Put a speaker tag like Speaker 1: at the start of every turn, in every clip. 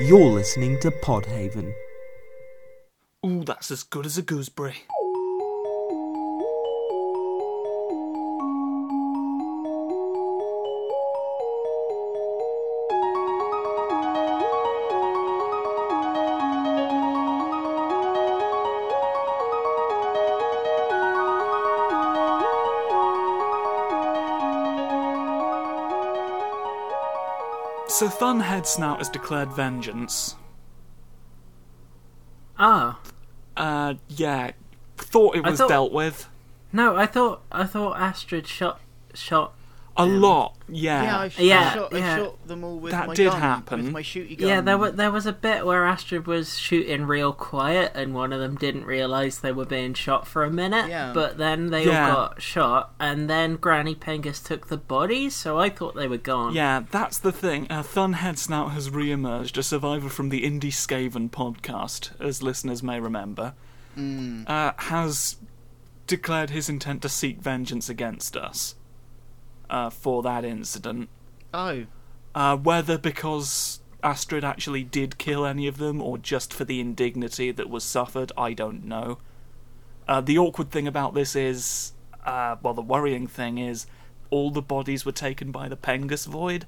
Speaker 1: You're listening to Podhaven.
Speaker 2: Ooh, that's as good as a gooseberry. So Thun Headsnout has declared vengeance.
Speaker 3: Ah,
Speaker 2: Uh, yeah. Thought it
Speaker 3: I
Speaker 2: was
Speaker 3: thought-
Speaker 2: dealt with.
Speaker 3: no, I thought I thought Astrid shot shot.
Speaker 2: A lot, yeah.
Speaker 4: Yeah, I, sh-
Speaker 3: Yeah,
Speaker 4: I, shot,
Speaker 3: yeah.
Speaker 4: I shot them all with
Speaker 2: That
Speaker 4: my
Speaker 2: did
Speaker 4: gun,
Speaker 2: happen.
Speaker 4: With my shooty gun.
Speaker 3: Yeah, there was there was a bit where Astrid was shooting real quiet, and one of them didn't realise they were being shot for a minute.
Speaker 4: Yeah.
Speaker 3: But then they
Speaker 2: Yeah.
Speaker 3: all got shot, and then Granny Pengus took the bodies, so I thought they were gone.
Speaker 2: Yeah, that's the thing. Uh, Thun Headsnout has re emerged, a survivor from the Indie Skaven podcast, as listeners may remember,
Speaker 3: Hmm.
Speaker 2: uh, has declared his intent to seek vengeance against us uh, for that incident.
Speaker 4: Oh,
Speaker 2: Uh, whether because Astrid actually did kill any of them or just for the indignity that was suffered, I don't know. Uh, the awkward thing about this is, uh, well, the worrying thing is, all the bodies were taken by the Pengus Void,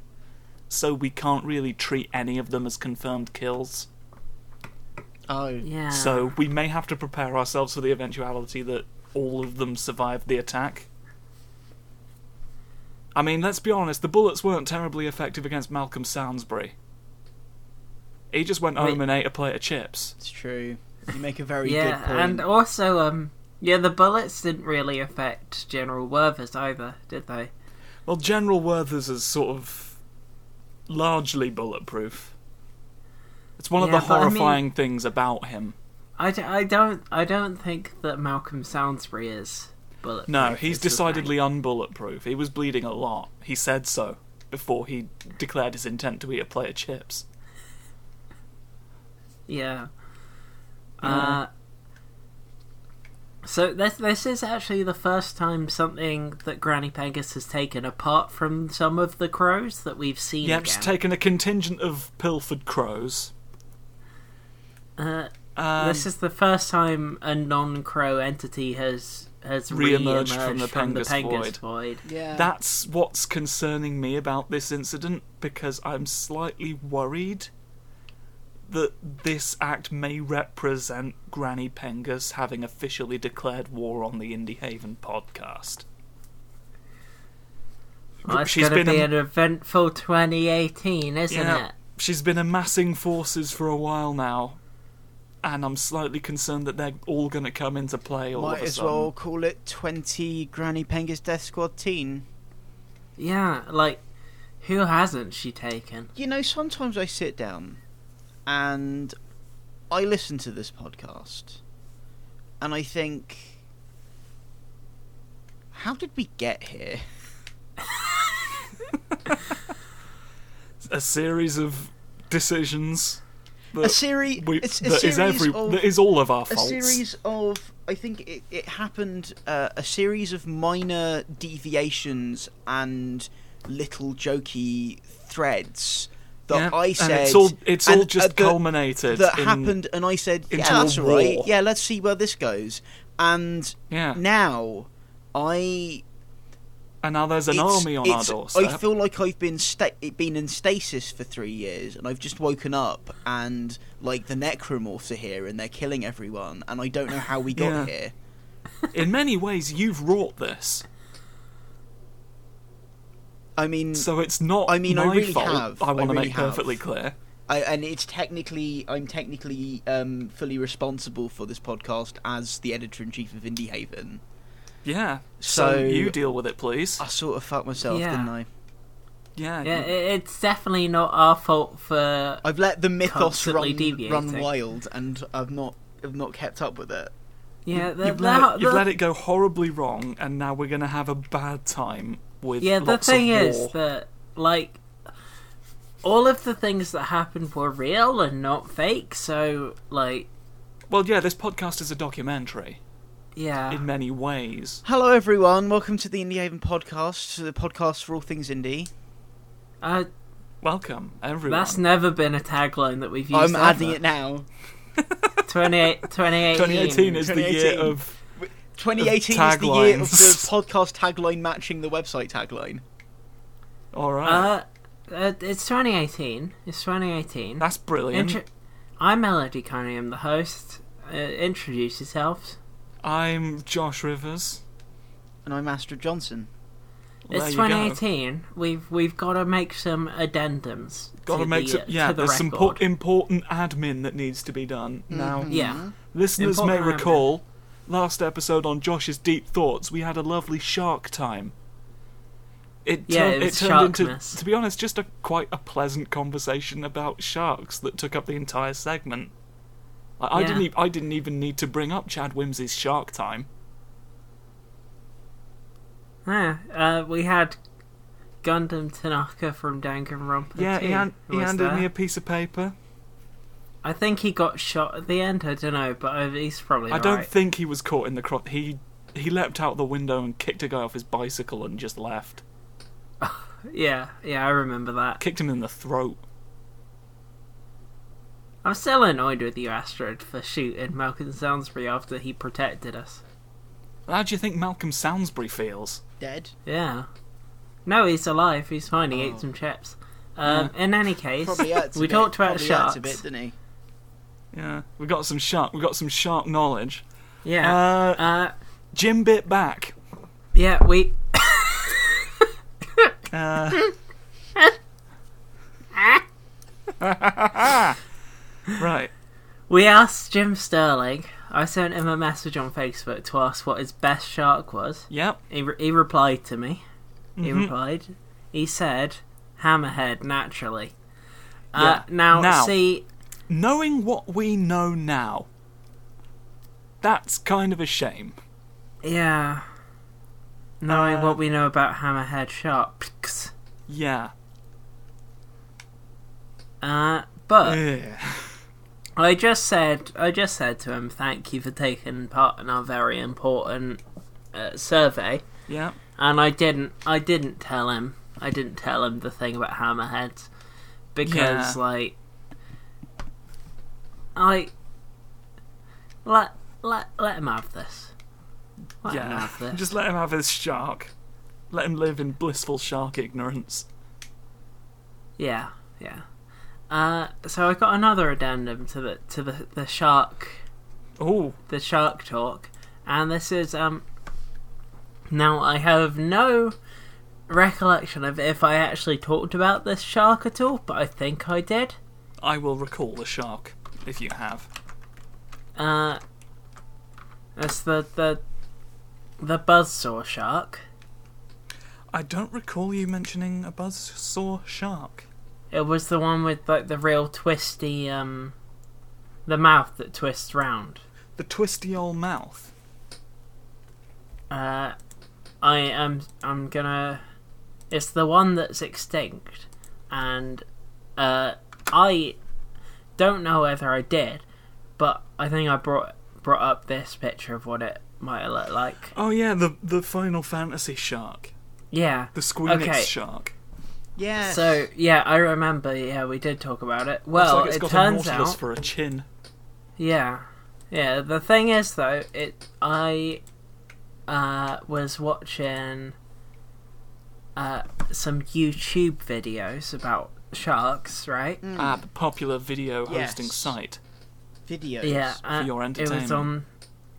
Speaker 2: so we can't really treat any of them as confirmed kills.
Speaker 4: oh.
Speaker 3: Yeah.
Speaker 2: So we may have to prepare ourselves for the eventuality that all of them survived the attack. I mean, let's be honest, the bullets weren't terribly effective against Malcolm Soundsbury. He just went home
Speaker 3: Wait.
Speaker 2: and ate a plate of chips.
Speaker 4: It's true. You make a very
Speaker 3: yeah,
Speaker 4: good point.
Speaker 3: and also um, yeah, the bullets didn't really affect General Werthers either, did they?
Speaker 2: Well, General Werthers is sort of largely bulletproof. It's one
Speaker 3: Yeah,
Speaker 2: of the
Speaker 3: but I mean-
Speaker 2: horrifying things about him.
Speaker 3: I, d- I don't I don't think that Malcolm Soundsbury is bullet.
Speaker 2: No, he's decidedly unbulletproof. He was bleeding a lot. He said so before he declared his intent to eat a plate of chips.
Speaker 3: Yeah. Uh, so this this is actually the first time something that Granny Pengus has taken apart from some of the crows that we've seen.
Speaker 2: Yep,
Speaker 3: again.
Speaker 2: she's taken a contingent of pilfered crows.
Speaker 3: Uh,
Speaker 2: Um,
Speaker 3: this is the first time a non-crow entity has has
Speaker 2: Re-emerged
Speaker 3: re-emerged
Speaker 2: from the Pengus void.
Speaker 3: void.
Speaker 4: yeah.
Speaker 2: That's what's concerning me about this incident because I'm slightly worried that this act may represent Granny Pengus having officially declared war on the Indie Haven podcast.
Speaker 3: Well, it's
Speaker 2: She's
Speaker 3: going to
Speaker 2: been
Speaker 3: be
Speaker 2: a-
Speaker 3: an eventful 2018, isn't
Speaker 2: Yeah.
Speaker 3: it?
Speaker 2: She's been amassing forces for a while now, and I'm slightly concerned that they're all going to come into play all
Speaker 4: Might
Speaker 2: of a
Speaker 4: as
Speaker 2: sudden.
Speaker 4: well call it 20 Granny Pengus Death Squad teen.
Speaker 3: Yeah, like who hasn't she taken?
Speaker 4: You know, sometimes I sit down and I listen to this podcast and I think, how did we get here?
Speaker 2: a series of decisions that
Speaker 4: A series.
Speaker 2: we,
Speaker 4: it's a
Speaker 2: that
Speaker 4: series
Speaker 2: is every
Speaker 4: of,
Speaker 2: that is all of our
Speaker 4: a
Speaker 2: faults.
Speaker 4: series of i think it, it happened uh, a series of minor deviations and little jokey threads
Speaker 2: Yeah,
Speaker 4: that i said
Speaker 2: and it's all it's all
Speaker 4: and,
Speaker 2: just
Speaker 4: uh, that-
Speaker 2: culminated
Speaker 4: that
Speaker 2: in-
Speaker 4: happened and i said yeah
Speaker 2: into a
Speaker 4: that's all right
Speaker 2: war."
Speaker 4: yeah let's see where this goes and
Speaker 2: Yeah,
Speaker 4: now i
Speaker 2: and now there's an
Speaker 4: it's-
Speaker 2: army on our
Speaker 4: it's-
Speaker 2: doorstep.
Speaker 4: I feel like I've been sta- been in stasis for three years, and I've just woken up, and like the necromorphs are here, and they're killing everyone, and I don't know how we got
Speaker 2: Yeah.
Speaker 4: here.
Speaker 2: in many ways, you've wrought this,
Speaker 4: I mean,
Speaker 2: so it's not.
Speaker 4: Mm. I mean,
Speaker 2: my
Speaker 4: I really
Speaker 2: fault.
Speaker 4: have.
Speaker 2: I
Speaker 4: I
Speaker 2: want to
Speaker 4: really
Speaker 2: make
Speaker 4: have.
Speaker 2: perfectly clear.
Speaker 4: I, and it's technically I'm technically um, fully responsible for this podcast as the editor in chief of Indie Haven.
Speaker 2: Yeah. So,
Speaker 4: So-
Speaker 2: you deal with it, please.
Speaker 4: I sort of fucked myself,
Speaker 3: Yeah.
Speaker 4: didn't I?
Speaker 2: Yeah.
Speaker 3: Yeah, it, it's definitely not our fault for.
Speaker 4: I've let the mythos
Speaker 3: Constantly
Speaker 4: run, run
Speaker 3: deviating.
Speaker 4: wild, and I've not I've not kept up with it.
Speaker 3: Yeah, the,
Speaker 2: You've,
Speaker 3: the,
Speaker 2: let it, you've
Speaker 3: the-
Speaker 2: let it go horribly wrong, and now we're going to have a bad time with
Speaker 3: yeah. The
Speaker 2: lots
Speaker 3: thing
Speaker 2: of war.
Speaker 3: is that like all of the things that happened were real and not fake. So like,
Speaker 2: Well, yeah, this podcast is a documentary
Speaker 3: yeah,
Speaker 2: in many ways.
Speaker 4: Hello, everyone. Welcome to the Indie Haven podcast, the podcast for all things indie.
Speaker 3: uh,
Speaker 2: Welcome, everyone.
Speaker 3: That's never been a tagline that we've used.
Speaker 4: I'm adding
Speaker 3: ever.
Speaker 4: it now.
Speaker 3: 28 2018.
Speaker 2: 2018 is the year
Speaker 4: 2018.
Speaker 2: of
Speaker 4: 2018 is the year of the
Speaker 2: Taglines.
Speaker 4: podcast tagline matching the website tagline.
Speaker 2: all right.
Speaker 3: Uh, uh, it's 2018. It's 2018.
Speaker 2: That's brilliant.
Speaker 3: Intro- I'm Melody Coney. I'm the host. Uh, introduce yourselves.
Speaker 2: I'm Josh Rivers.
Speaker 4: And I'm Astra Johnson.
Speaker 2: There
Speaker 3: it's
Speaker 2: you go.
Speaker 3: 2018. We've we've got to make some addendums.
Speaker 2: Got to make
Speaker 3: the,
Speaker 2: some,
Speaker 3: uh,
Speaker 2: yeah.
Speaker 3: to the
Speaker 2: there's some po-
Speaker 3: record.
Speaker 2: important admin that needs to be done now.
Speaker 4: Mm-hmm.
Speaker 3: yeah.
Speaker 2: Listeners may
Speaker 3: Important admin.
Speaker 2: recall last episode on Josh's deep thoughts, we had a lovely shark time. It,
Speaker 3: Yeah,
Speaker 2: turn-
Speaker 3: it was
Speaker 2: turned into,
Speaker 3: Sharkmas.
Speaker 2: to be honest, just a quite a pleasant conversation about sharks that took up the entire segment. I, I
Speaker 3: Yeah.
Speaker 2: didn't, e- I didn't even need to bring up Chad Whimsy's Shark Time.
Speaker 3: Yeah, uh, we had Gundam Tanaka from Danganronpa.
Speaker 2: Yeah,
Speaker 3: too,
Speaker 2: he, han-
Speaker 3: who
Speaker 2: he
Speaker 3: was
Speaker 2: handed
Speaker 3: there.
Speaker 2: me a piece of paper.
Speaker 3: I think he got shot at the end. I don't know, but uh, he's probably.
Speaker 2: I don't
Speaker 3: alright.
Speaker 2: think he was caught in the crop. He he leapt out the window and kicked a guy off his bicycle and just left.
Speaker 3: Yeah, yeah, I remember that.
Speaker 2: Kicked him in the throat.
Speaker 3: I'm still annoyed with you, Astrid, for shooting Malcolm Soundsbury after he protected us.
Speaker 2: How do you think Malcolm Soundsbury feels?
Speaker 4: Dead.
Speaker 3: Yeah. No, he's alive. He's fine. He ate some chips. Um,
Speaker 2: Hmm.
Speaker 3: In any case,
Speaker 4: Oh. Probably hurts a
Speaker 3: we
Speaker 4: bit.
Speaker 3: talked about
Speaker 4: Probably
Speaker 3: sharks.
Speaker 4: hurts a bit, didn't he?
Speaker 2: Yeah, we got some sharp. We got some sharp knowledge.
Speaker 3: yeah.
Speaker 2: Uh,
Speaker 3: uh,
Speaker 2: Jim bit back.
Speaker 3: yeah, we.
Speaker 2: Uh, right.
Speaker 3: We asked Jim Sterling. I sent him a message on Facebook to ask what his best shark was.
Speaker 2: Yep.
Speaker 3: He, re- he replied to me.
Speaker 2: Mm-hmm.
Speaker 3: He replied. He said, "Hammerhead naturally." Uh,
Speaker 2: Yeah.
Speaker 3: Now,
Speaker 2: Now.
Speaker 3: see,
Speaker 2: Knowing what we know now, that's kind of a shame.
Speaker 3: yeah, knowing
Speaker 2: Uh,
Speaker 3: what we know about hammerhead sharks,
Speaker 2: Yeah.
Speaker 3: uh, but
Speaker 2: Ugh.
Speaker 3: I just said, I just said to him, "Thank you for taking part in our very important uh, survey."
Speaker 2: Yeah.
Speaker 3: and I didn't I didn't tell him I didn't tell him the thing about hammerheads because
Speaker 2: Yeah.
Speaker 3: like I let let let him have this. Let him
Speaker 2: Yeah.
Speaker 3: have this.
Speaker 2: Just let him have his shark. Let him live in blissful shark ignorance.
Speaker 3: Yeah, yeah. Uh, so I got another addendum to the to the, the shark
Speaker 2: Oh,
Speaker 3: the shark talk, and this is um. Now I have no recollection of if I actually talked about this shark at all, but I think I did.
Speaker 2: I will recall the shark if you have.
Speaker 3: Uh, that's the the the buzzsaw shark.
Speaker 2: I don't recall you mentioning a buzzsaw shark.
Speaker 3: It was the one with like the real twisty um, the mouth that twists round.
Speaker 2: The twisty old mouth.
Speaker 3: Uh, I am I'm gonna. It's the one that's extinct, and uh, I don't know whether I did, but I think I brought brought up this picture of what it might look like.
Speaker 2: Oh yeah, the the Final Fantasy shark,
Speaker 3: Yeah,
Speaker 2: the Squeenix
Speaker 3: Okay.
Speaker 2: shark.
Speaker 4: Yeah.
Speaker 3: So yeah, I remember. Yeah, we did talk about it.
Speaker 2: it's
Speaker 3: Well,
Speaker 2: like it's
Speaker 3: it
Speaker 2: got
Speaker 3: turns
Speaker 2: a Nautilus
Speaker 3: out,
Speaker 2: for a chin.
Speaker 3: yeah, yeah. The thing is, though, it I uh, was watching uh, some YouTube videos about sharks, right?
Speaker 4: Hmm.
Speaker 2: Ah, the popular video hosting
Speaker 4: Yes.
Speaker 2: site.
Speaker 4: videos.
Speaker 3: Yeah, uh,
Speaker 2: your
Speaker 3: It
Speaker 2: entertainment.
Speaker 3: was on.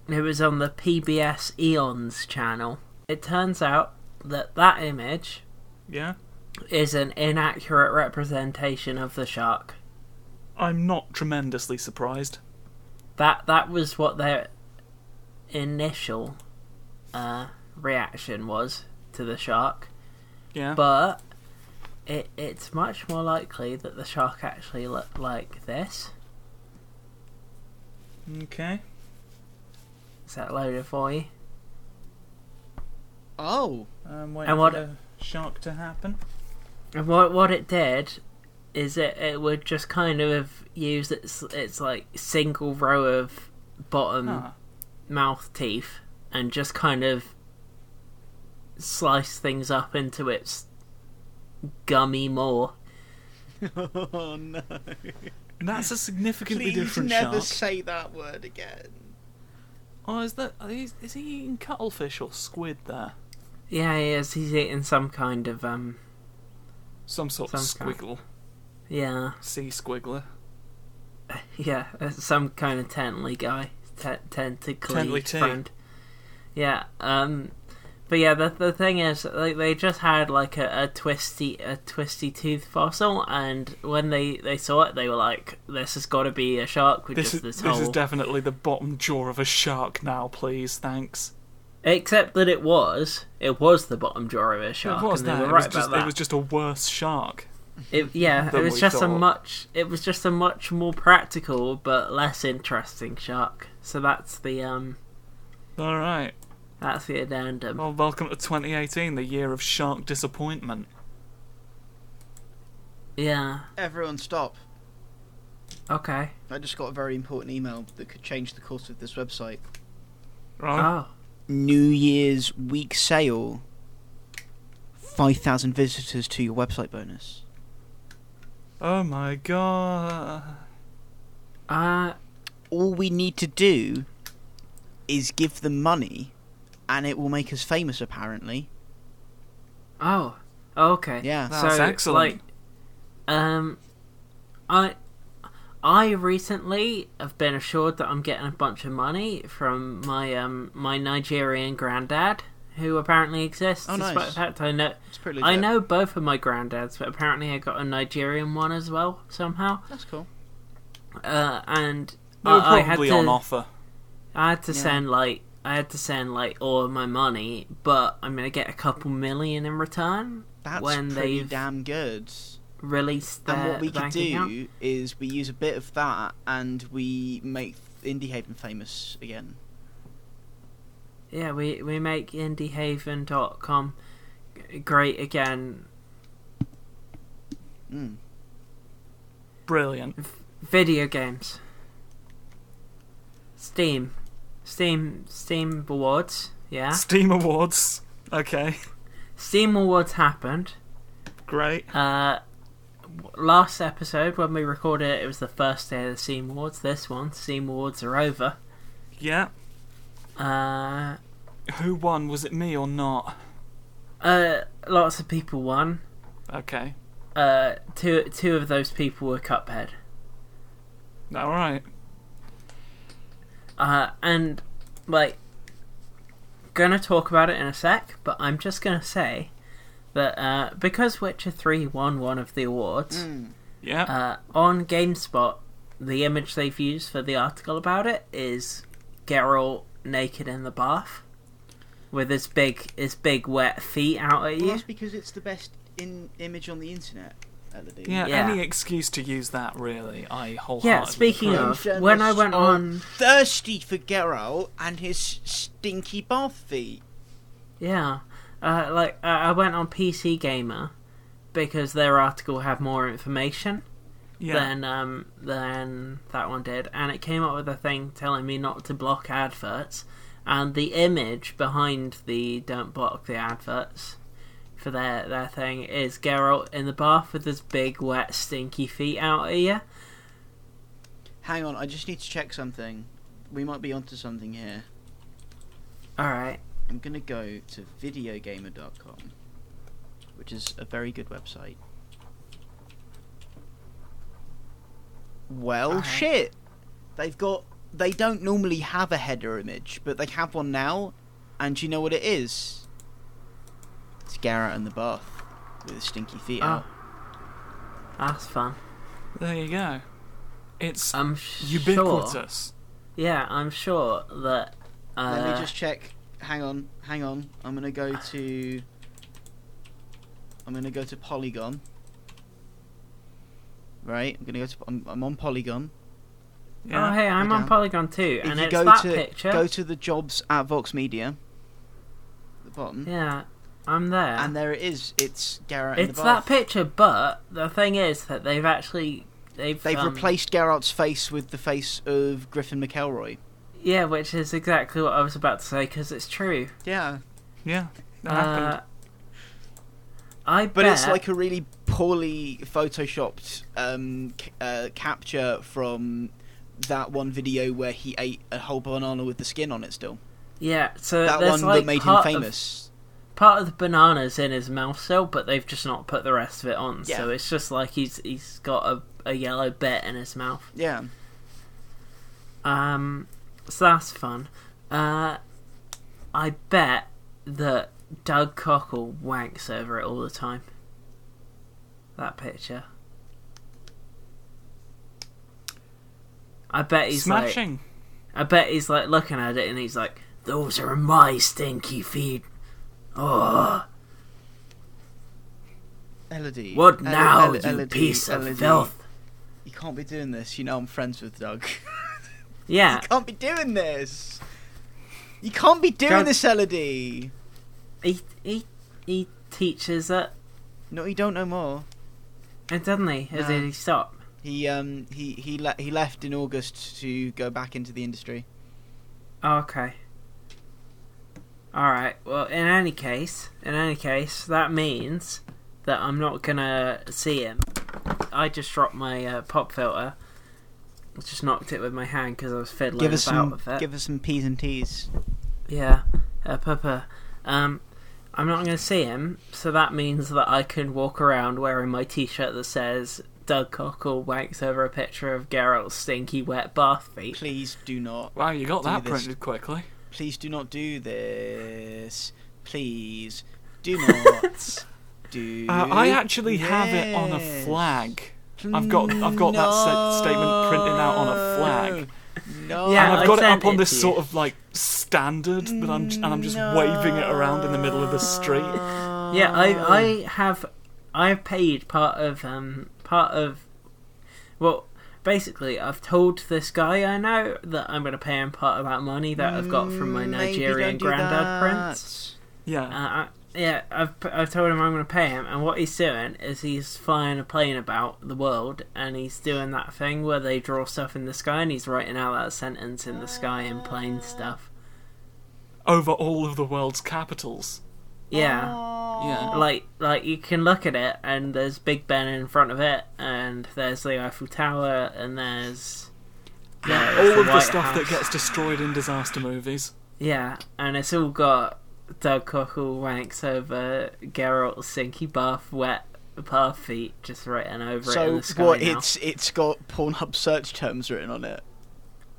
Speaker 3: It was on the PBS Eons channel. It turns out that that image
Speaker 2: Yeah,
Speaker 3: is an inaccurate representation of the shark.
Speaker 2: I'm not tremendously surprised.
Speaker 3: that that was what their initial uh, reaction was to the shark,
Speaker 2: Yeah,
Speaker 3: but it, it's much more likely that the shark actually looked like this.
Speaker 2: okay.
Speaker 3: Is that load of voy?
Speaker 4: Oh.
Speaker 2: I'm waiting
Speaker 3: And what-
Speaker 2: for the shark to happen.
Speaker 3: And what what it did is it it would just kind of use its its like single row of bottom
Speaker 2: Ah.
Speaker 3: mouth teeth and just kind of slice things up into its gummy maw.
Speaker 4: oh no!
Speaker 2: And that's a significantly
Speaker 4: Please
Speaker 2: different
Speaker 4: never
Speaker 2: shark.
Speaker 4: say that word again.
Speaker 2: Oh, is that is, is he eating cuttlefish or squid there?
Speaker 3: Yeah, he is. He's eating some kind of um.
Speaker 2: Some sort of
Speaker 3: Some kind.
Speaker 2: squiggle,
Speaker 3: Yeah,
Speaker 2: sea squiggler,
Speaker 3: yeah, uh, some kind of tently guy, te- tentacly
Speaker 2: Tently too.
Speaker 3: friend. Yeah. Um. But yeah, the the thing is, like, they just had like a, a twisty a twisty tooth fossil, and when they they saw it, they were like, "This has got to be a shark with
Speaker 2: This
Speaker 3: just
Speaker 2: is
Speaker 3: this
Speaker 2: this
Speaker 3: whole."
Speaker 2: is definitely the bottom jaw of a shark now. Please, thanks.
Speaker 3: Except that it was it was the bottom jaw of a shark,
Speaker 2: it was
Speaker 3: and they
Speaker 2: that.
Speaker 3: were
Speaker 2: it, was
Speaker 3: right
Speaker 2: just,
Speaker 3: about that.
Speaker 2: it was just a worse shark.
Speaker 3: It- yeah, it
Speaker 2: than
Speaker 3: was
Speaker 2: we
Speaker 3: just a
Speaker 2: thought.
Speaker 3: much it was just a much more practical but less interesting shark. So that's the um
Speaker 2: All right.
Speaker 3: that's the addendum.
Speaker 4: Oh.
Speaker 2: Well, welcome to 2018, the year of shark disappointment.
Speaker 3: Yeah.
Speaker 4: Everyone, stop!
Speaker 3: Okay.
Speaker 4: I just got a very important email that could change the course of this website.
Speaker 2: Right?
Speaker 3: Oh.
Speaker 4: New Year's week sale. Five thousand visitors to your website bonus.
Speaker 2: oh my god.
Speaker 3: Uh
Speaker 4: All we need to do is give them money, and it will make us famous. Apparently,
Speaker 3: oh. Okay.
Speaker 4: Yeah.
Speaker 2: That's
Speaker 3: so
Speaker 2: excellent.
Speaker 3: like um I I recently have been assured that I'm getting a bunch of money from my um my Nigerian granddad who apparently exists
Speaker 4: Oh,
Speaker 3: despite
Speaker 4: nice.
Speaker 3: the fact I know
Speaker 4: it's pretty.
Speaker 3: I know both of my granddads, but apparently I got a Nigerian one as well somehow.
Speaker 4: That's cool.
Speaker 3: Uh, and
Speaker 2: They were
Speaker 3: I, I had
Speaker 2: probably
Speaker 3: to,
Speaker 2: on offer.
Speaker 3: I had to
Speaker 4: Yeah.
Speaker 3: send like I had to send like all of my money, but I'm gonna get a couple million in return.
Speaker 4: That's
Speaker 3: when
Speaker 4: pretty
Speaker 3: they've
Speaker 4: damn good.
Speaker 3: released their
Speaker 4: And what we could
Speaker 3: bank
Speaker 4: do
Speaker 3: account.
Speaker 4: is we use a bit of that and we make Indie Haven famous again.
Speaker 3: Yeah, we we make indiehaven.com g- great again.
Speaker 4: Mm.
Speaker 2: Brilliant.
Speaker 3: Video games. Steam, Steam, Steam awards. Yeah,
Speaker 2: Steam Awards. Okay.
Speaker 3: Steam awards happened.
Speaker 2: Great.
Speaker 3: Uh, w- last episode when we recorded it, it was the first day of the Steam Awards. This one, Steam Awards are over.
Speaker 2: Yeah.
Speaker 3: Uh,
Speaker 2: Who won? Was it me or not?
Speaker 3: uh, lots of people won.
Speaker 2: Okay.
Speaker 3: Uh, two two of those people were Cuphead.
Speaker 2: Alright.
Speaker 3: Uh, and like, gonna talk about it in a sec, but I'm just gonna say that uh, because Witcher Three won one of the awards,
Speaker 2: Yeah.
Speaker 3: uh, on GameSpot, the image they've used for the article about it is Geralt naked in the bath with his big his big wet feet out at
Speaker 4: Well,
Speaker 3: you.
Speaker 4: that's because it's the best in image on the internet, Elodie.
Speaker 2: yeah,
Speaker 3: yeah.
Speaker 2: any excuse to use that, really. I wholeheartedly.
Speaker 3: Yeah, speaking
Speaker 2: approve.
Speaker 4: Crown
Speaker 3: of,
Speaker 4: Journalists
Speaker 3: when I went
Speaker 4: are
Speaker 3: on,
Speaker 4: Thirsty for Geralt and his stinky bath feet.
Speaker 3: yeah, uh, like uh, I went on PC Gamer because their article had more information
Speaker 2: Yeah.
Speaker 3: than um than that one did, and it came up with a thing telling me not to block adverts, and the image behind the don't block the adverts for their their thing is Geralt in the bath with his big wet stinky feet out at you.
Speaker 4: Hang on, I just need to check something. We might be onto something here.
Speaker 3: All right,
Speaker 4: I'm gonna go to videogamer.com, which is a very good website. Well,
Speaker 3: Alright.
Speaker 4: shit. They've got. They don't normally have a header image, but they have one now, and do you know what it is? It's Garrett in the bath with his stinky feet
Speaker 3: Oh.
Speaker 4: out.
Speaker 3: that's fun.
Speaker 2: There you go. It's
Speaker 3: I'm sh- Sure,
Speaker 2: ubiquitous.
Speaker 3: yeah, I'm sure that. Uh,
Speaker 4: Let me just check. Hang on, hang on. I'm gonna go to. I'm gonna go to Polygon. Right, I'm gonna go to. I'm, I'm on Polygon.
Speaker 2: Yeah.
Speaker 3: Oh hey, I'm
Speaker 4: Go
Speaker 3: on
Speaker 4: down.
Speaker 3: Polygon too,
Speaker 4: If
Speaker 3: and
Speaker 4: you
Speaker 3: it's
Speaker 4: go
Speaker 3: that
Speaker 4: to
Speaker 3: picture.
Speaker 4: go to the jobs at Vox Media, the bottom,
Speaker 3: Yeah, I'm there.
Speaker 4: and there it is. It's Garrett. in
Speaker 3: It's
Speaker 4: the
Speaker 3: that
Speaker 4: bath.
Speaker 3: picture, but the thing is that they've actually they've
Speaker 4: They've
Speaker 3: um,
Speaker 4: replaced Garrett's face with the face of Griffin McElroy.
Speaker 3: yeah, which is exactly what I was about to say because it's true.
Speaker 4: Yeah,
Speaker 2: Yeah. That
Speaker 3: Uh,
Speaker 2: happened.
Speaker 3: I
Speaker 4: but
Speaker 3: bet,
Speaker 4: it's like a really poorly photoshopped um, c- uh, capture from that one video where he ate a whole banana with the skin on it still.
Speaker 3: Yeah, so
Speaker 4: that
Speaker 3: there's
Speaker 4: one
Speaker 3: like
Speaker 4: that made him
Speaker 3: part of-
Speaker 4: famous.
Speaker 3: part of the banana's in his mouth still, but they've just not put the rest of it on. So
Speaker 4: Yeah.
Speaker 3: it's just like he's he's got a, a yellow bit in his mouth.
Speaker 4: Yeah.
Speaker 3: Um, so that's fun. Uh, I bet that Doug Cockle wanks over it all the time. That picture. I bet he's like,
Speaker 2: Smashing.
Speaker 3: I bet he's like looking at it and he's like, "Those are my stinky feet." Oh,
Speaker 4: Elodie.
Speaker 3: what
Speaker 4: Ele-
Speaker 3: now,
Speaker 4: Ele-
Speaker 3: you
Speaker 4: Elodie,
Speaker 3: piece of
Speaker 4: Elodie.
Speaker 3: filth?
Speaker 4: You can't be doing this. You know I'm friends with Doug.
Speaker 3: Yeah,
Speaker 4: you can't be doing this. You can't be doing
Speaker 3: Don't-
Speaker 4: this, Elodie.
Speaker 3: he he he teaches it,
Speaker 4: No, you don't know more.
Speaker 3: and doesn't he? Or
Speaker 4: No.
Speaker 3: did he stop?
Speaker 4: He um he he le- he left in August to go back into the industry.
Speaker 3: Okay. All right. Well, in any case, in any case, that means that I'm not gonna see him. I just dropped my uh, pop filter. I just knocked it with my hand because I was fiddling
Speaker 4: give us
Speaker 3: about
Speaker 4: some
Speaker 3: with it.
Speaker 4: give us some p's and t's.
Speaker 3: Yeah, uh, Papa. Um, I'm not going to see him, so that means that I can walk around wearing my T-shirt that says "Doug Cockle wanks over a picture of Geralt's stinky wet bath feet."
Speaker 4: Please do not.
Speaker 2: Wow, you got
Speaker 4: Do
Speaker 2: that
Speaker 4: this.
Speaker 2: printed quickly.
Speaker 4: Please do not do this. Please do not do.
Speaker 2: Uh, I actually have it on a
Speaker 4: this.
Speaker 2: flag. I've got I've got that set statement printed out on a flag.
Speaker 4: No.
Speaker 3: Yeah,
Speaker 2: and I've
Speaker 3: I
Speaker 2: got it
Speaker 3: sent
Speaker 2: up on
Speaker 3: it to
Speaker 2: this
Speaker 3: you.
Speaker 2: sort of like standard that I'm j- and I'm just waving it around in the middle of the street.
Speaker 3: Yeah,
Speaker 4: Oh.
Speaker 3: I, I have, I've paid part of um part of, well, basically I've told this guy I know that I'm going to pay him part of that money that I've got from my
Speaker 4: Mm, Maybe
Speaker 3: Nigerian
Speaker 4: don't do
Speaker 3: granddad
Speaker 4: that.
Speaker 3: prince.
Speaker 2: Yeah.
Speaker 3: Uh, I- yeah, I've, p- I've told him I'm going to pay him, and what he's doing is he's flying a plane about the world, and he's doing that thing where they draw stuff in the sky, and he's writing out that sentence in the sky in plain stuff.
Speaker 2: Over all of the world's capitals.
Speaker 4: Oh,
Speaker 3: Yeah,
Speaker 2: Yeah.
Speaker 3: like like you can look at it, and there's Big Ben in front of it, and there's the Eiffel Tower, and there's, there's
Speaker 2: Ah, All of the
Speaker 3: White
Speaker 2: stuff that
Speaker 3: House.
Speaker 2: gets destroyed in disaster movies.
Speaker 3: yeah, and it's all got Doug Cockle ranks over Geralt's sinky bath wet. Bath feet just written over it in
Speaker 4: So
Speaker 3: the sky
Speaker 4: what?
Speaker 3: now.
Speaker 4: It's it's got Pornhub search terms written on it.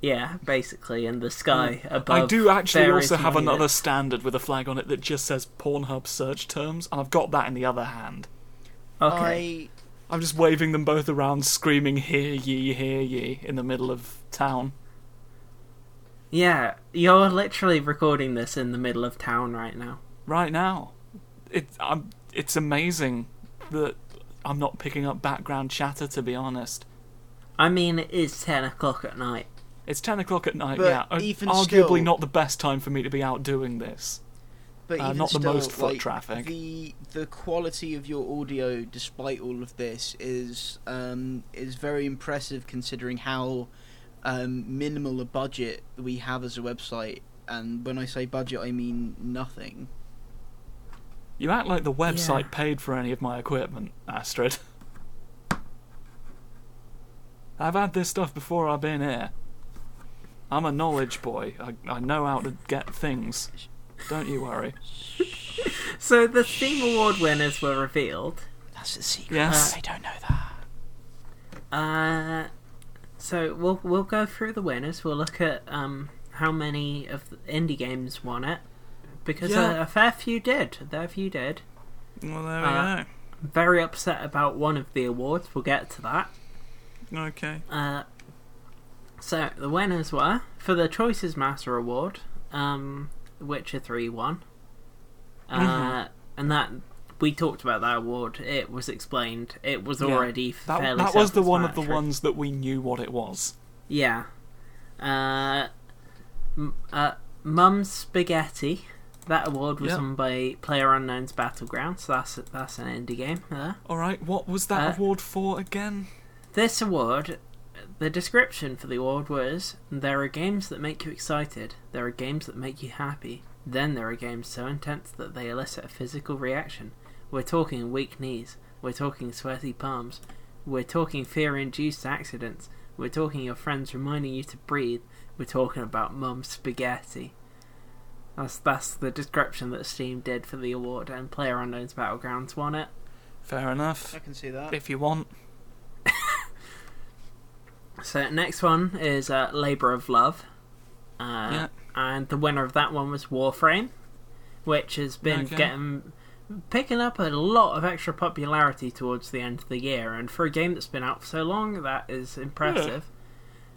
Speaker 3: Yeah, basically in the sky above.
Speaker 2: Mm, I do actually
Speaker 3: various
Speaker 2: also have
Speaker 3: monuments.
Speaker 2: another standard with a flag on it that just says Pornhub search terms, and I've got that in the other hand.
Speaker 3: Okay,
Speaker 2: I'm just waving them both around, screaming "Hear ye, hear ye!" in the middle of town.
Speaker 3: yeah, you're literally recording this in the middle of town right now.
Speaker 2: Right now, it, I'm, it's amazing that I'm not picking up background chatter. To be honest,
Speaker 3: I mean, it is ten o'clock at night.
Speaker 2: it's ten o'clock at night.
Speaker 4: But
Speaker 2: yeah, ar-
Speaker 4: even
Speaker 2: arguably
Speaker 4: still-
Speaker 2: not the best time for me to be out doing this.
Speaker 4: but
Speaker 2: Uh,
Speaker 4: even
Speaker 2: not the
Speaker 4: still,
Speaker 2: most foot
Speaker 4: like,
Speaker 2: traffic.
Speaker 4: The the quality of your audio, despite all of this, is um, is very impressive considering how um, minimal a budget we have as a website. And when I say budget, I mean nothing.
Speaker 2: You act like the website
Speaker 3: Yeah.
Speaker 2: paid for any of my equipment, Astrid. I've had this stuff before I've been here. I'm a knowledge boy. I, I know how to get things. Don't you worry.
Speaker 3: So the Steam Award winners were revealed.
Speaker 4: That's the secret.
Speaker 2: Yes.
Speaker 4: I don't know that.
Speaker 3: Uh, so we'll we'll go through the winners. We'll look at um how many of the indie games won it because
Speaker 2: Yeah.
Speaker 3: a, a fair few did. A fair few did.
Speaker 2: Well, there
Speaker 3: Uh, Very upset about one of the awards. We'll get to that.
Speaker 2: go. Okay.
Speaker 3: Uh, so the winners were for the Choices Master Award, um, Witcher Three won, uh,
Speaker 2: Mm-hmm.
Speaker 3: and that we talked about that award. It was explained. It was
Speaker 2: Yeah.
Speaker 3: already
Speaker 2: That,
Speaker 3: fairly.
Speaker 2: that was the one of the
Speaker 3: self-explanatory.
Speaker 2: ones that we knew what it was.
Speaker 3: Yeah. Uh, m- uh, Mum's Spaghetti. That award was
Speaker 2: Yeah.
Speaker 3: won by Player Unknown's Battleground, so that's that's an indie game there.
Speaker 2: All right, what was that
Speaker 3: Uh,
Speaker 2: award for again?
Speaker 3: This award, the description for the award was There are games that make you excited, there are games that make you happy, then there are games so intense that they elicit a physical reaction. We're talking weak knees, We're talking sweaty palms. We're talking fear induced accidents. We're talking your friends reminding you to breathe. We're talking about mum's spaghetti. That's, that's the description that Steam did for the award, and PlayerUnknown's Battlegrounds won it.
Speaker 2: Fair enough.
Speaker 4: I can see that.
Speaker 2: If you want.
Speaker 3: So next one is uh, Labor of Love, uh,
Speaker 2: Yeah.
Speaker 3: and the winner of that one was Warframe, which has been
Speaker 2: Okay.
Speaker 3: getting picking up a lot of extra popularity towards the end of the year, and for a game that's been out for so long, that is impressive.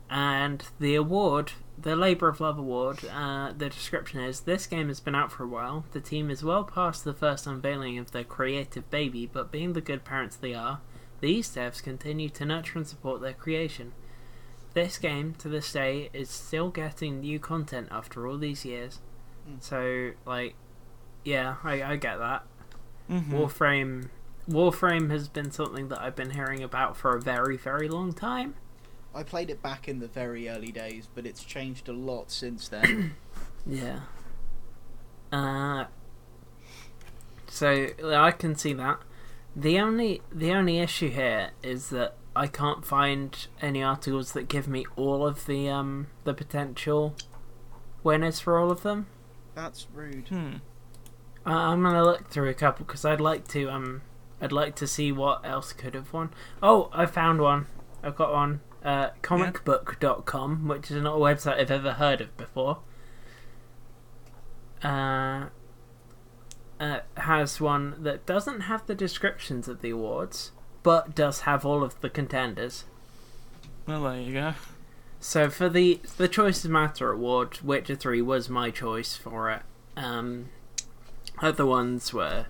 Speaker 3: And the award, the Labor of Love award, uh, the description is: This game has been out for a while. The team is well past the first unveiling of their creative baby, but being the good parents they are. These devs continue to nurture and support their creation. This game, to this day, is still getting new content after all these years. So, like, yeah, I, I get that.
Speaker 2: Mhm.
Speaker 3: Warframe, Warframe has been something that I've been hearing about for a very, very long time.
Speaker 4: I played it back in the very early days, but it's changed a lot since then.
Speaker 3: Yeah. Uh. So I can see that. The only the only issue here is that I can't find any articles that give me all of the um the potential winners for all of them.
Speaker 4: That's rude.
Speaker 2: Hmm.
Speaker 3: Uh, I'm gonna look through a couple because I'd like to um, I'd like to see what else could have won. Oh, I found one. I've got one. Uh, comicbook.com, which is not a website I've ever heard of before. Uh, uh, has one that doesn't have the descriptions of the awards, but does have all of the contenders.
Speaker 2: Well, there you go.
Speaker 3: So for the the Choices Matter award, Witcher Three was my choice for it. Um, other ones were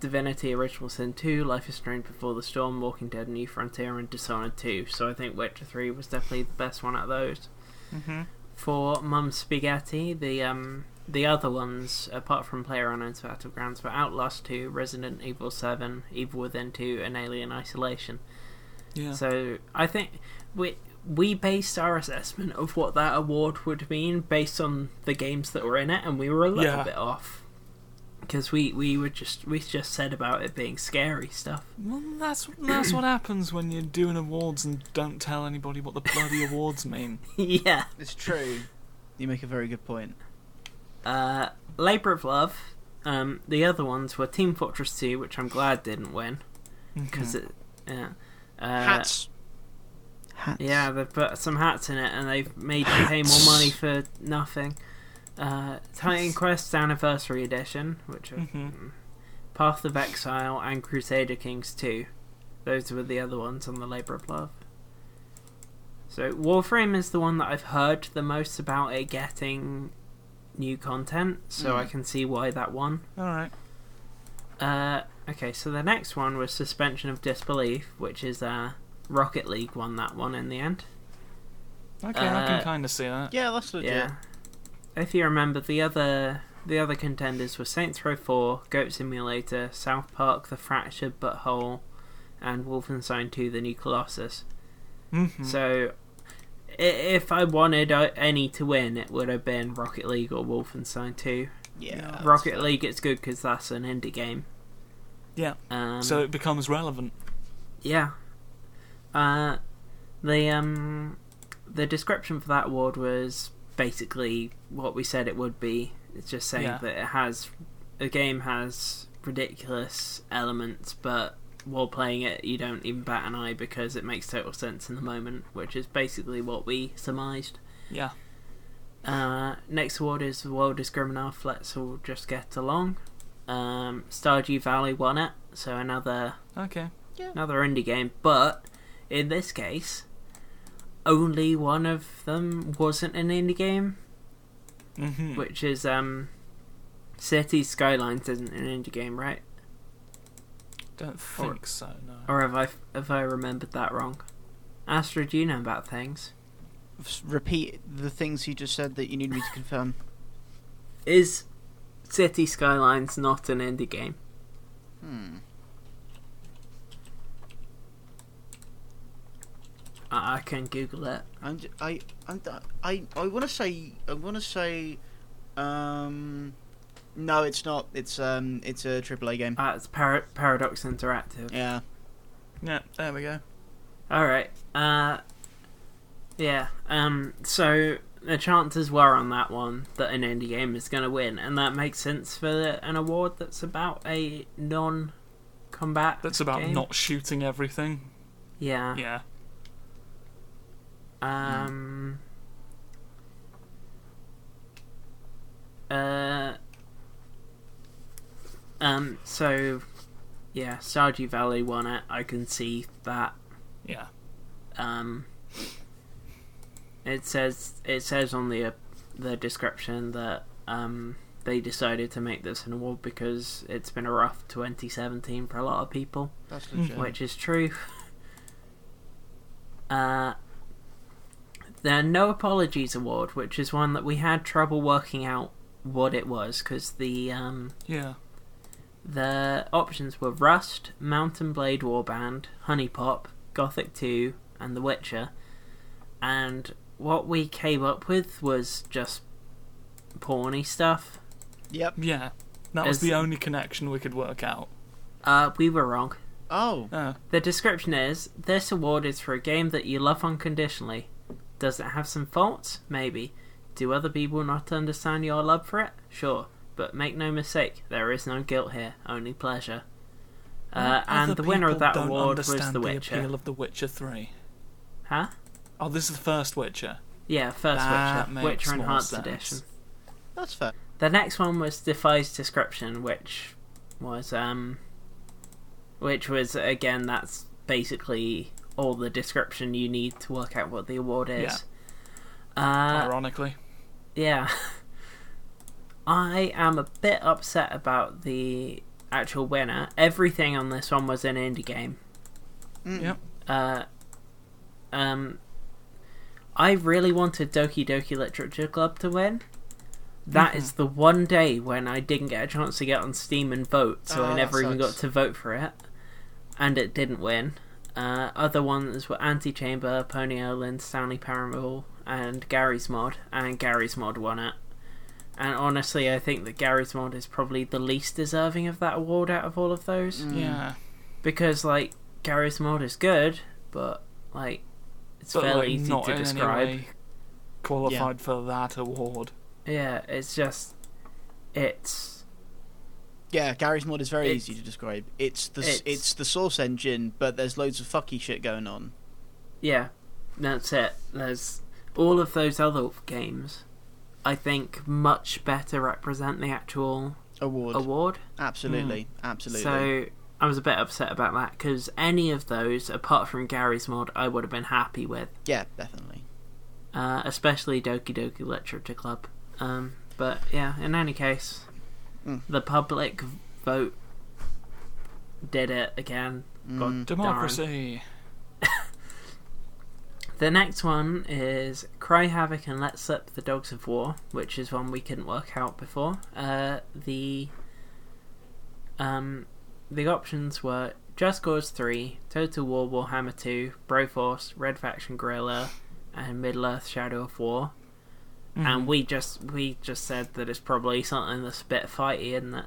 Speaker 3: Divinity: Original Sin Two, Life is Strange: Before the Storm, Walking Dead: New Frontier, and Dishonored Two. So I think Witcher Three was definitely the best one out of those.
Speaker 2: Mhm.
Speaker 3: For Mum Spaghetti, the um the other ones apart from PlayerUnknown's Battlegrounds were Outlast Two, Resident Evil Seven, Evil Within Two, and Alien Isolation.
Speaker 2: Yeah.
Speaker 3: So I think we we based our assessment of what that award would mean based on the games that were in it, and we were a little
Speaker 2: Yeah.
Speaker 3: bit off because we we were just we just said about it being scary stuff.
Speaker 2: Well, that's that's what happens when you're doing awards and don't tell anybody what the bloody awards mean.
Speaker 3: yeah.
Speaker 4: It's true. You make a very good point.
Speaker 3: Uh, Labor of Love. Um, the other ones were Team Fortress Two, which I'm glad didn't win
Speaker 2: Mm-hmm.
Speaker 3: because
Speaker 2: Mm.
Speaker 3: it. Yeah. Uh,
Speaker 4: Hats. Uh, Hats.
Speaker 3: Yeah, they've put some hats in it and they've made you pay more money for nothing. Uh, Titan Quest Anniversary Edition, which are
Speaker 2: Mhm.
Speaker 3: Path of Exile and Crusader Kings 2. Those were the other ones on the Labour of Love. So, Warframe is the one that I've heard the most about it getting new content, so I can see why that won.
Speaker 2: All right.
Speaker 3: Uh, okay, so the next one was Suspension of Disbelief, which is uh, Rocket League won that one in the end.
Speaker 2: Okay, I
Speaker 3: Uh,
Speaker 2: can kind of see that.
Speaker 4: Yeah, that's legit.
Speaker 3: Yeah. If you remember, the other the other contenders were Saints Row 4, Goat Simulator, South Park, The Fractured But Whole, and Wolfenstein 2: The New Colossus.
Speaker 4: Hmm.
Speaker 2: Mhm.
Speaker 3: So, i- if I wanted uh, any to win, it would have been Rocket League or Wolfenstein 2.
Speaker 4: Yeah. that's
Speaker 3: Rocket
Speaker 4: fair.
Speaker 3: League, it's good because that's an indie game.
Speaker 2: Yeah.
Speaker 3: Um,
Speaker 2: so it becomes relevant.
Speaker 3: yeah. Uh, the um, the description for that award was basically what we said it would be. It's just saying
Speaker 2: Yeah.
Speaker 3: that it has the game has ridiculous elements, but while playing it, you don't even bat an eye because it makes total sense in the moment, which is basically what we surmised.
Speaker 2: Yeah.
Speaker 3: Uh, next award is The World is Grim Enough, Let's All Just Get Along. Um, Stardew Valley won it, so another
Speaker 2: Okay.
Speaker 3: another indie game, but in this case, only one of them wasn't an indie game,
Speaker 2: hmm
Speaker 3: which is um, City Skylines isn't an indie game, right?
Speaker 2: Don't think so. No.
Speaker 3: Or have I have I remembered that wrong? Astrid, do you know about things?
Speaker 4: S- Repeat the things you just said that you need me to confirm.
Speaker 3: Is City Skylines not an indie game?
Speaker 4: Hmm.
Speaker 3: I, I can Google it.
Speaker 4: I'm j- I I'm d- I I want to say I want to say, um, no, it's not. It's um, it's a AAA game.
Speaker 3: Uh, it's Par- Paradox Interactive.
Speaker 4: Yeah,
Speaker 2: Yeah, there we go.
Speaker 3: All right. Uh, yeah. Um. So the chances were on that one that an indie game is going to win, and that makes sense for an award that's about a non-combat.
Speaker 2: That's about
Speaker 3: game.
Speaker 2: not shooting everything.
Speaker 3: Yeah.
Speaker 2: Yeah.
Speaker 3: Um. Uh. Um. So, yeah, Stardew Valley won it. I can see that.
Speaker 2: Yeah.
Speaker 3: Um. It says it says on the uh, the description that um they decided to make this an award because it's been a rough 2017 for a lot of people
Speaker 4: That's legit.
Speaker 3: which is true. Uh, the No Apologies Award, which is one that we had trouble working out what it was because the um,
Speaker 2: Yeah.
Speaker 3: the options were Rust, Mountain Blade Warband, Honey Pop, Gothic 2, and The Witcher. And what we came up with was just porny stuff.
Speaker 4: Yep.
Speaker 2: Yeah. That was
Speaker 3: As-
Speaker 2: the only connection we could work out.
Speaker 3: Uh, we were wrong.
Speaker 4: Oh,
Speaker 2: Uh,
Speaker 3: The description is this award is for a game that you love unconditionally. Does it have some faults? Maybe. Do other people not understand your love for it? Sure. But make no mistake, there is no guilt here, only pleasure. Uh,
Speaker 2: other
Speaker 3: and the winner of
Speaker 2: people
Speaker 3: that
Speaker 2: don't
Speaker 3: award was
Speaker 2: understand
Speaker 3: The
Speaker 2: appeal
Speaker 3: Witcher.
Speaker 2: of The Witcher 3.
Speaker 3: Huh?
Speaker 2: Oh, this is the first Witcher.
Speaker 3: Yeah, first
Speaker 2: That
Speaker 3: Witcher.
Speaker 2: makes
Speaker 3: Witcher
Speaker 2: more
Speaker 3: Enhanced
Speaker 2: sense.
Speaker 3: Edition.
Speaker 4: that's fair.
Speaker 3: The next one was Defies Description, which was um which was again that's basically all the description you need to work out what the award is. Uh
Speaker 2: Ironically.
Speaker 3: yeah. I am a bit upset about the actual winner. Everything on this one was an indie game.
Speaker 4: Mm.
Speaker 2: Yep.
Speaker 3: Uh um I really wanted Doki Doki Literature Club to win. That is the one day when I didn't get a chance to get on Steam and vote, so
Speaker 4: Ah,
Speaker 3: I
Speaker 4: that
Speaker 3: never even got
Speaker 4: sucks.
Speaker 3: to vote for it. And it didn't win. Uh, other ones were Antichamber, Pony Island, Stanley Paramour, and Gary's Mod, and Gary's Mod won it. And honestly, I think that Gary's Mod is probably the least deserving of that award out of all of those
Speaker 2: Mm. Yeah.
Speaker 3: because like Garry's mod is good, but like it's
Speaker 2: But,
Speaker 3: fairly
Speaker 2: like,
Speaker 3: easy
Speaker 2: not
Speaker 3: to
Speaker 2: in any
Speaker 3: describe.
Speaker 2: way qualified for that award.
Speaker 3: Yeah, it's just it's
Speaker 4: Yeah, Gary's mod is very
Speaker 3: It's-
Speaker 4: easy to describe. It's the
Speaker 3: it's-
Speaker 4: it's, it's the source engine, but there's loads of fucky shit going on.
Speaker 3: yeah, that's it. There's all of those other games. I think much better represent the actual
Speaker 4: Award,
Speaker 3: award.
Speaker 4: hmm. absolutely, absolutely.
Speaker 3: So I was a bit upset about that because any of those, apart from Gary's mod, I would have been happy with.
Speaker 4: yeah, definitely.
Speaker 3: uh, especially Doki Doki Literature Club. Um, but yeah, in any case,
Speaker 4: Mm.
Speaker 3: the public vote did it again.
Speaker 4: Hmm.
Speaker 3: God darn.
Speaker 2: Democracy.
Speaker 3: The next one is Cry Havoc and Let Slip the Dogs of War, which is one we couldn't work out before. Uh, the um, the options were Just Cause 3, Total War Warhammer 2, Broforce, Red Faction Guerrilla, and Middle Earth Shadow of War. and we just we just said that it's probably something that's a bit fighty, isn't it?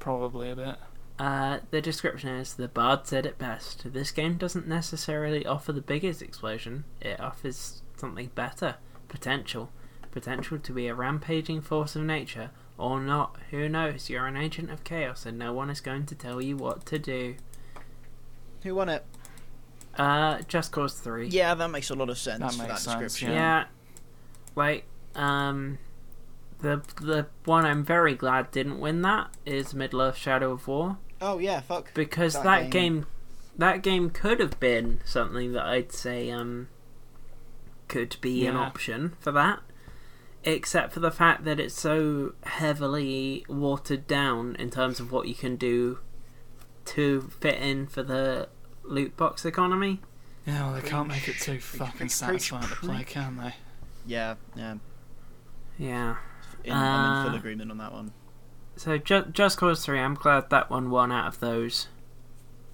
Speaker 2: Probably a bit.
Speaker 3: Uh, the description is the bard said it best. This game doesn't necessarily offer the biggest explosion. It offers something better, potential, potential to be a rampaging force of nature or not. Who knows? You're an agent of chaos, and no one is going to tell you what to do.
Speaker 4: Who won it?
Speaker 3: Uh, Just Cause Three.
Speaker 4: Yeah, that makes a lot of sense.
Speaker 2: That
Speaker 4: for
Speaker 2: makes
Speaker 4: that
Speaker 2: sense,
Speaker 4: description.
Speaker 2: yeah.
Speaker 3: Yeah. Like, um the the one I'm very glad didn't win that is Middle Earth Shadow of War.
Speaker 4: Oh yeah, fuck.
Speaker 3: Because
Speaker 4: That
Speaker 3: that,
Speaker 4: game-
Speaker 3: game... that game could have been something that I'd say um could be an
Speaker 2: Yeah.
Speaker 3: option for that. Except for the fact that it's so heavily watered down in terms of what you can do to fit in for the loot box economy.
Speaker 2: Yeah, well, they can't make it too fucking
Speaker 4: preach,
Speaker 2: satisfying to play,
Speaker 4: preach.
Speaker 2: can they?
Speaker 4: Yeah, yeah.
Speaker 3: Yeah.
Speaker 4: In, I'm in full
Speaker 3: Uh,
Speaker 4: agreement on that one.
Speaker 3: So ju- Just Cause 3, I'm glad that one won out of those.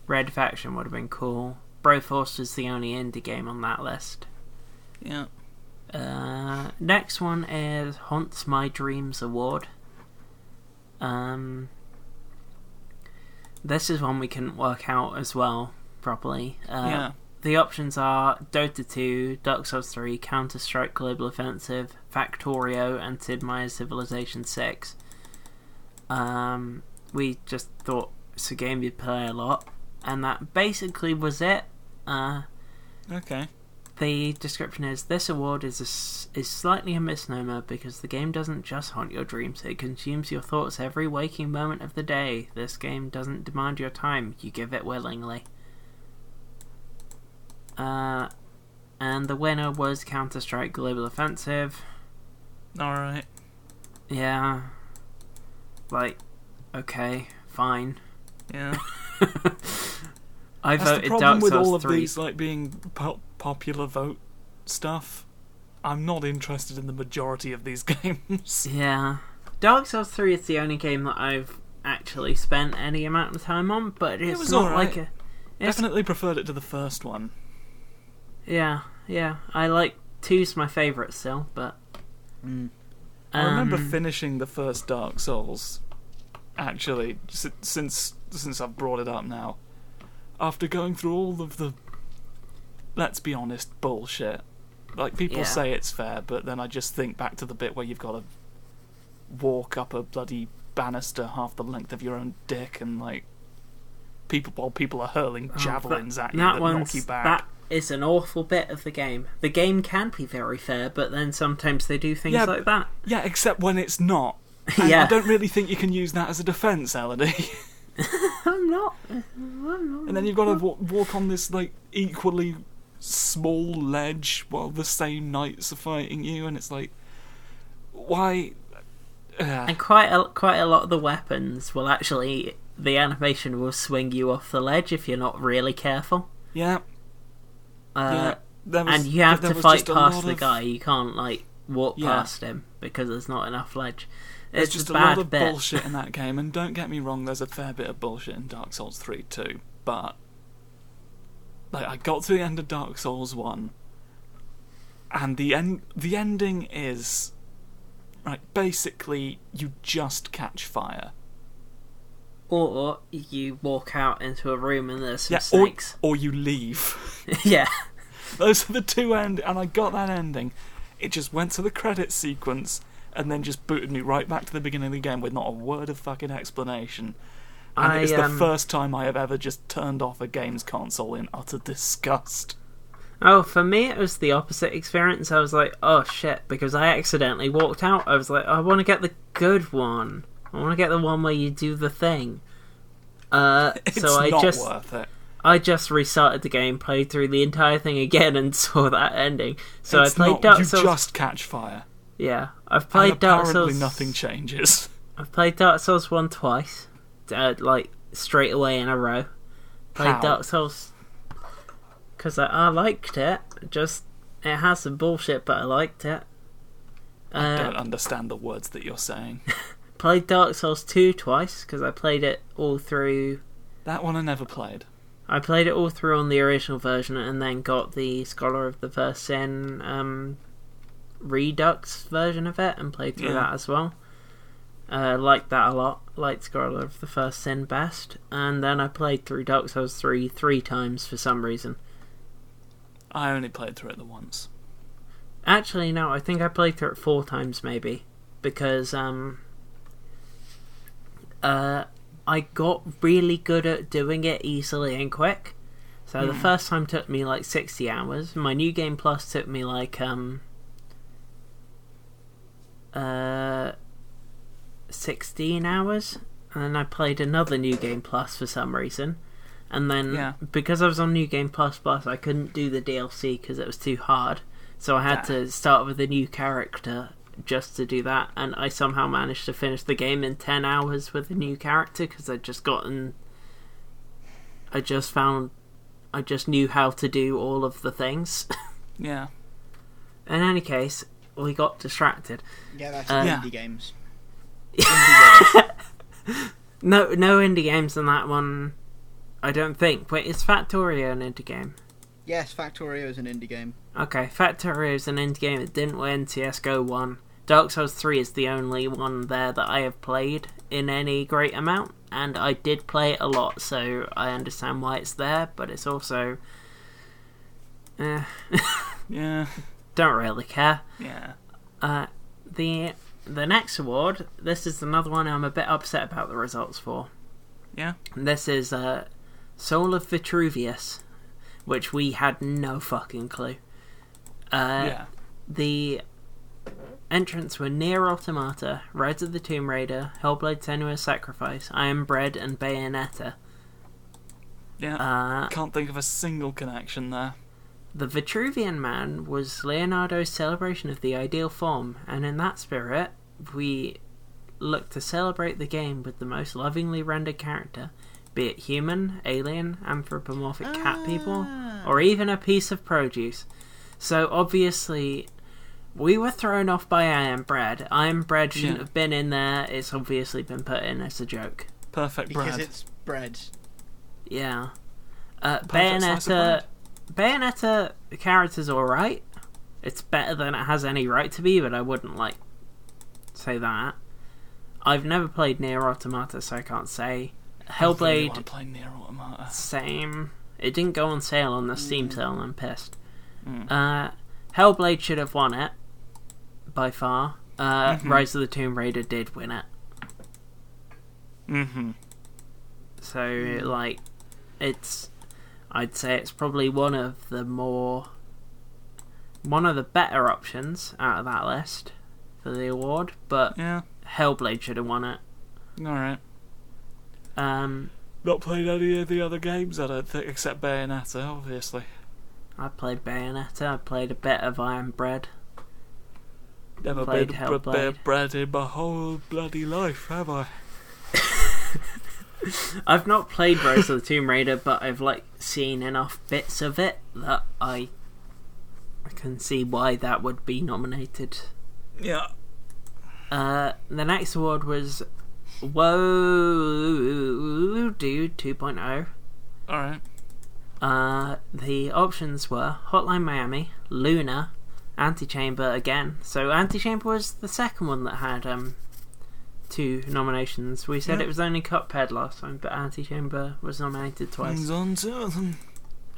Speaker 3: Red Faction would have been cool. Broforce is the only indie game on that list.
Speaker 2: Yeah.
Speaker 3: Uh, next one is Haunts My Dreams Award. Um, this is one we couldn't work out as well. properly. Uh,
Speaker 2: yeah.
Speaker 3: The options are Dota 2, Dark Souls 3, Counter Strike Global Offensive, Factorio, and Sid Meier's Civilization 6. Um, we just thought it's a game you'd play a lot, and that basically was it. Uh,
Speaker 2: Okay.
Speaker 3: the description is this award is a s is slightly a misnomer because the game doesn't just haunt your dreams it consumes your thoughts every waking moment of the day this game doesn't demand your time you give it willingly uh and the winner was counter-strike global offensive
Speaker 2: All right.
Speaker 3: yeah like okay fine
Speaker 2: Yeah.
Speaker 3: i
Speaker 2: That's the
Speaker 3: voted
Speaker 2: problem
Speaker 3: dark
Speaker 2: with
Speaker 3: souls
Speaker 2: all of
Speaker 3: 3
Speaker 2: these like being po- popular vote stuff. I'm not interested in the majority of these games.
Speaker 3: Yeah. Dark Souls 3 is the only game that I've actually spent any amount of time on, but it's
Speaker 2: was
Speaker 3: not
Speaker 2: alright.
Speaker 3: like a. It's,
Speaker 2: Definitely preferred it to the first one.
Speaker 3: Yeah, yeah. I like. Two's my favourite still, but.
Speaker 4: Mm.
Speaker 2: I remember
Speaker 3: um,
Speaker 2: finishing the first Dark Souls. Actually, si- since since I've brought it up now, after going through all of the, let's be honest, bullshit. Like people
Speaker 3: Yeah.
Speaker 2: say it's fair, but then I just think back to the bit where you've got to walk up a bloody banister half the length of your own dick, and like people while people are hurling
Speaker 3: oh,
Speaker 2: javelins
Speaker 3: that,
Speaker 2: at you
Speaker 3: that
Speaker 2: that knock
Speaker 3: one's,
Speaker 2: you back.
Speaker 3: That is an awful bit of the game. The game can be very fair, but then sometimes they do things
Speaker 2: Yeah,
Speaker 3: like that.
Speaker 2: Yeah, except when it's not. And
Speaker 3: Yeah.
Speaker 2: I don't really think you can use that as a defense, Elodie.
Speaker 3: I'm not.
Speaker 2: and then you've got to wa- walk on this like equally small ledge while the same knights are fighting you, and it's like, why? Uh,
Speaker 3: And quite a, quite a lot of the weapons will actually. The animation will swing you off the ledge if you're not really careful.
Speaker 2: yeah, yeah.
Speaker 3: Uh,
Speaker 2: There
Speaker 3: and you have
Speaker 2: there
Speaker 3: to
Speaker 2: was
Speaker 3: fight
Speaker 2: just a
Speaker 3: past
Speaker 2: lot
Speaker 3: the
Speaker 2: of-
Speaker 3: guy. You can't like walk
Speaker 2: Yeah.
Speaker 3: past him because there's not enough ledge.
Speaker 2: There's
Speaker 3: It's
Speaker 2: just
Speaker 3: a
Speaker 2: a
Speaker 3: bad
Speaker 2: lot of
Speaker 3: bit.
Speaker 2: bullshit in that game, and don't get me wrong, there's a fair bit of bullshit in Dark Souls 3 too, but like I got to the end of Dark Souls 1 and the end the ending is right basically you just catch fire.
Speaker 3: Or you walk out into a room and there's some
Speaker 2: or,
Speaker 3: snakes.
Speaker 2: or you leave.
Speaker 3: yeah,
Speaker 2: Those are the two end and I got that ending. It just went to the credit sequence and then just booted me right back to the beginning of the game with not a word of fucking explanation. And
Speaker 3: I,
Speaker 2: it's the
Speaker 3: um,
Speaker 2: first time I have ever just turned off a games console in utter disgust.
Speaker 3: Oh, for me it was the opposite experience. I was like, oh shit, because I accidentally walked out. I was like, I want to get the good one. I want to get the one where you do the thing. Uh,
Speaker 2: It's
Speaker 3: so I
Speaker 2: not
Speaker 3: just
Speaker 2: worth it.
Speaker 3: I just restarted the game, played through the entire thing again, and saw that ending. So
Speaker 2: It's
Speaker 3: I played
Speaker 2: not-
Speaker 3: Dark
Speaker 2: you
Speaker 3: Souls.
Speaker 2: just catch fire.
Speaker 3: Yeah, I've
Speaker 2: And
Speaker 3: played Dark
Speaker 2: apparently
Speaker 3: Souls.
Speaker 2: nothing changes.
Speaker 3: I've played Dark Souls one twice, uh, like straight away in a row. Played
Speaker 2: How?
Speaker 3: Dark Souls because I, I liked it. Just it has some bullshit, but I liked it.
Speaker 2: I
Speaker 3: Uh,
Speaker 2: don't understand the words that you're saying.
Speaker 3: played Dark Souls two twice because I played it all through.
Speaker 2: That one I never played.
Speaker 3: I played it all through on the original version, and then got the Scholar of the First Sin um, Redux version of it, and played through
Speaker 2: Yeah.
Speaker 3: that as well. Uh, liked that a lot. Liked Scholar of the First Sin best, and then I played through Dark Souls three three times for some reason.
Speaker 2: I only played through it the once.
Speaker 3: Actually, no, I think I played through it four times maybe because um, uh, I got really good at doing it easily and quick. So the first time took me like sixty hours. My new game plus took me like um, uh, sixteen hours, and then I played another new game plus for some reason. And then
Speaker 2: Yeah.
Speaker 3: because I was on New Game Plus Plus, I couldn't do the DLC because it was too hard. So I had to start with a new character just to do that, and I somehow managed to finish the game in ten hours with a new character because I'd just gotten, I just found, I just knew how to do all of the things.
Speaker 2: Yeah.
Speaker 3: in any case, we got distracted.
Speaker 4: Yeah, that's
Speaker 3: Uh,
Speaker 2: Yeah.
Speaker 4: indie games.
Speaker 3: No, no indie games in that one. I don't think. Wait, is Factorio an indie game?
Speaker 4: Yes, Factorio is an indie game.
Speaker 3: Okay, Factorio is an indie game. It didn't win. CS:GO won. Dark Souls 3 is the only one there that I have played in any great amount, and I did play it a lot, so I understand why it's there, but it's also. Eh,
Speaker 2: Yeah,
Speaker 3: don't really care.
Speaker 2: yeah.
Speaker 3: Uh, the the next award, this is another one I'm a bit upset about the results for.
Speaker 2: Yeah.
Speaker 3: This is uh, Soul of Vitruvius, which we had no fucking clue. Uh,
Speaker 2: yeah.
Speaker 3: The entrants were Near Automata, Rise of the Tomb Raider, Hellblade Senua's Sacrifice, Iron Bread, and Bayonetta.
Speaker 2: Yeah.
Speaker 3: Uh,
Speaker 2: Can't think of a single connection there.
Speaker 3: the Vitruvian Man was Leonardo's celebration of the ideal form, and in that spirit, we look to celebrate the game with the most lovingly rendered character, be it human, alien, anthropomorphic cat people,
Speaker 2: Ah.
Speaker 3: or even a piece of produce. So obviously, we were thrown off by Iron Bread. Iron Bread shouldn't
Speaker 2: Yeah.
Speaker 3: have been in there. It's obviously been put in as a joke.
Speaker 2: Perfect
Speaker 4: because
Speaker 2: bread.
Speaker 4: it's bread.
Speaker 3: Yeah. Uh,
Speaker 2: Perfect slice of
Speaker 3: Bayonetta. Bayonetta the character's alright. It's better than it has any right to be, but I wouldn't like say that. I've never played Near Automata, so I can't say.
Speaker 2: I really wanna
Speaker 3: Hellblade,
Speaker 2: play Nier Automata.
Speaker 3: same. It didn't go on sale on the Steam sale, and I'm pissed. Uh, Hellblade should have won it by far. Uh, Rise of the Tomb Raider did win it,
Speaker 2: Mm-hmm.
Speaker 3: so like, it's. I'd say it's probably one of the more one of the better options out of that list for the award, but
Speaker 2: Yeah.
Speaker 3: Hellblade should have won it.
Speaker 2: All right.
Speaker 3: Um,
Speaker 2: Not played any of the other games, I don't think, except Bayonetta, obviously.
Speaker 3: I played Bayonetta. I played a bit of Iron Bread.
Speaker 2: Never
Speaker 3: Played
Speaker 2: been
Speaker 3: Hellblade.
Speaker 2: prepared bread in my whole bloody life, have I?
Speaker 3: I've not played Rise of the Tomb Raider, but I've like seen enough bits of it that I I can see why that would be nominated.
Speaker 2: Yeah.
Speaker 3: Uh, the next award was Whoa Dude 2.0.
Speaker 2: All right.
Speaker 3: Uh, the options were Hotline Miami, Luna, Antichamber again. So Antichamber was the second one that had um two nominations. We said
Speaker 2: Yeah.
Speaker 3: it was only Cuphead last time, but Antichamber was nominated twice.
Speaker 2: Things on to them.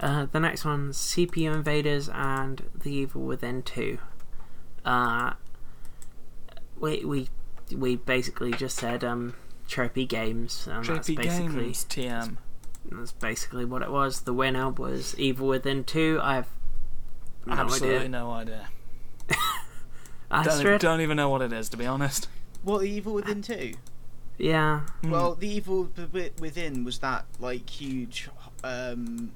Speaker 3: Uh, the next one's CPU Invaders and The Evil Within 2. Uh, we we we basically just said um tropey games and that's
Speaker 2: JP
Speaker 3: basically
Speaker 2: Games, TM.
Speaker 3: that's basically what it was. The winner was Evil Within 2. I have no
Speaker 2: Absolutely
Speaker 3: idea.
Speaker 2: no idea. Don't,
Speaker 3: Astrid?
Speaker 2: don't even know what it is, to be honest.
Speaker 4: What the evil
Speaker 3: Ah.
Speaker 4: within two?
Speaker 3: Yeah.
Speaker 2: Hmm.
Speaker 4: Well, the evil b- b- within was that like huge, um,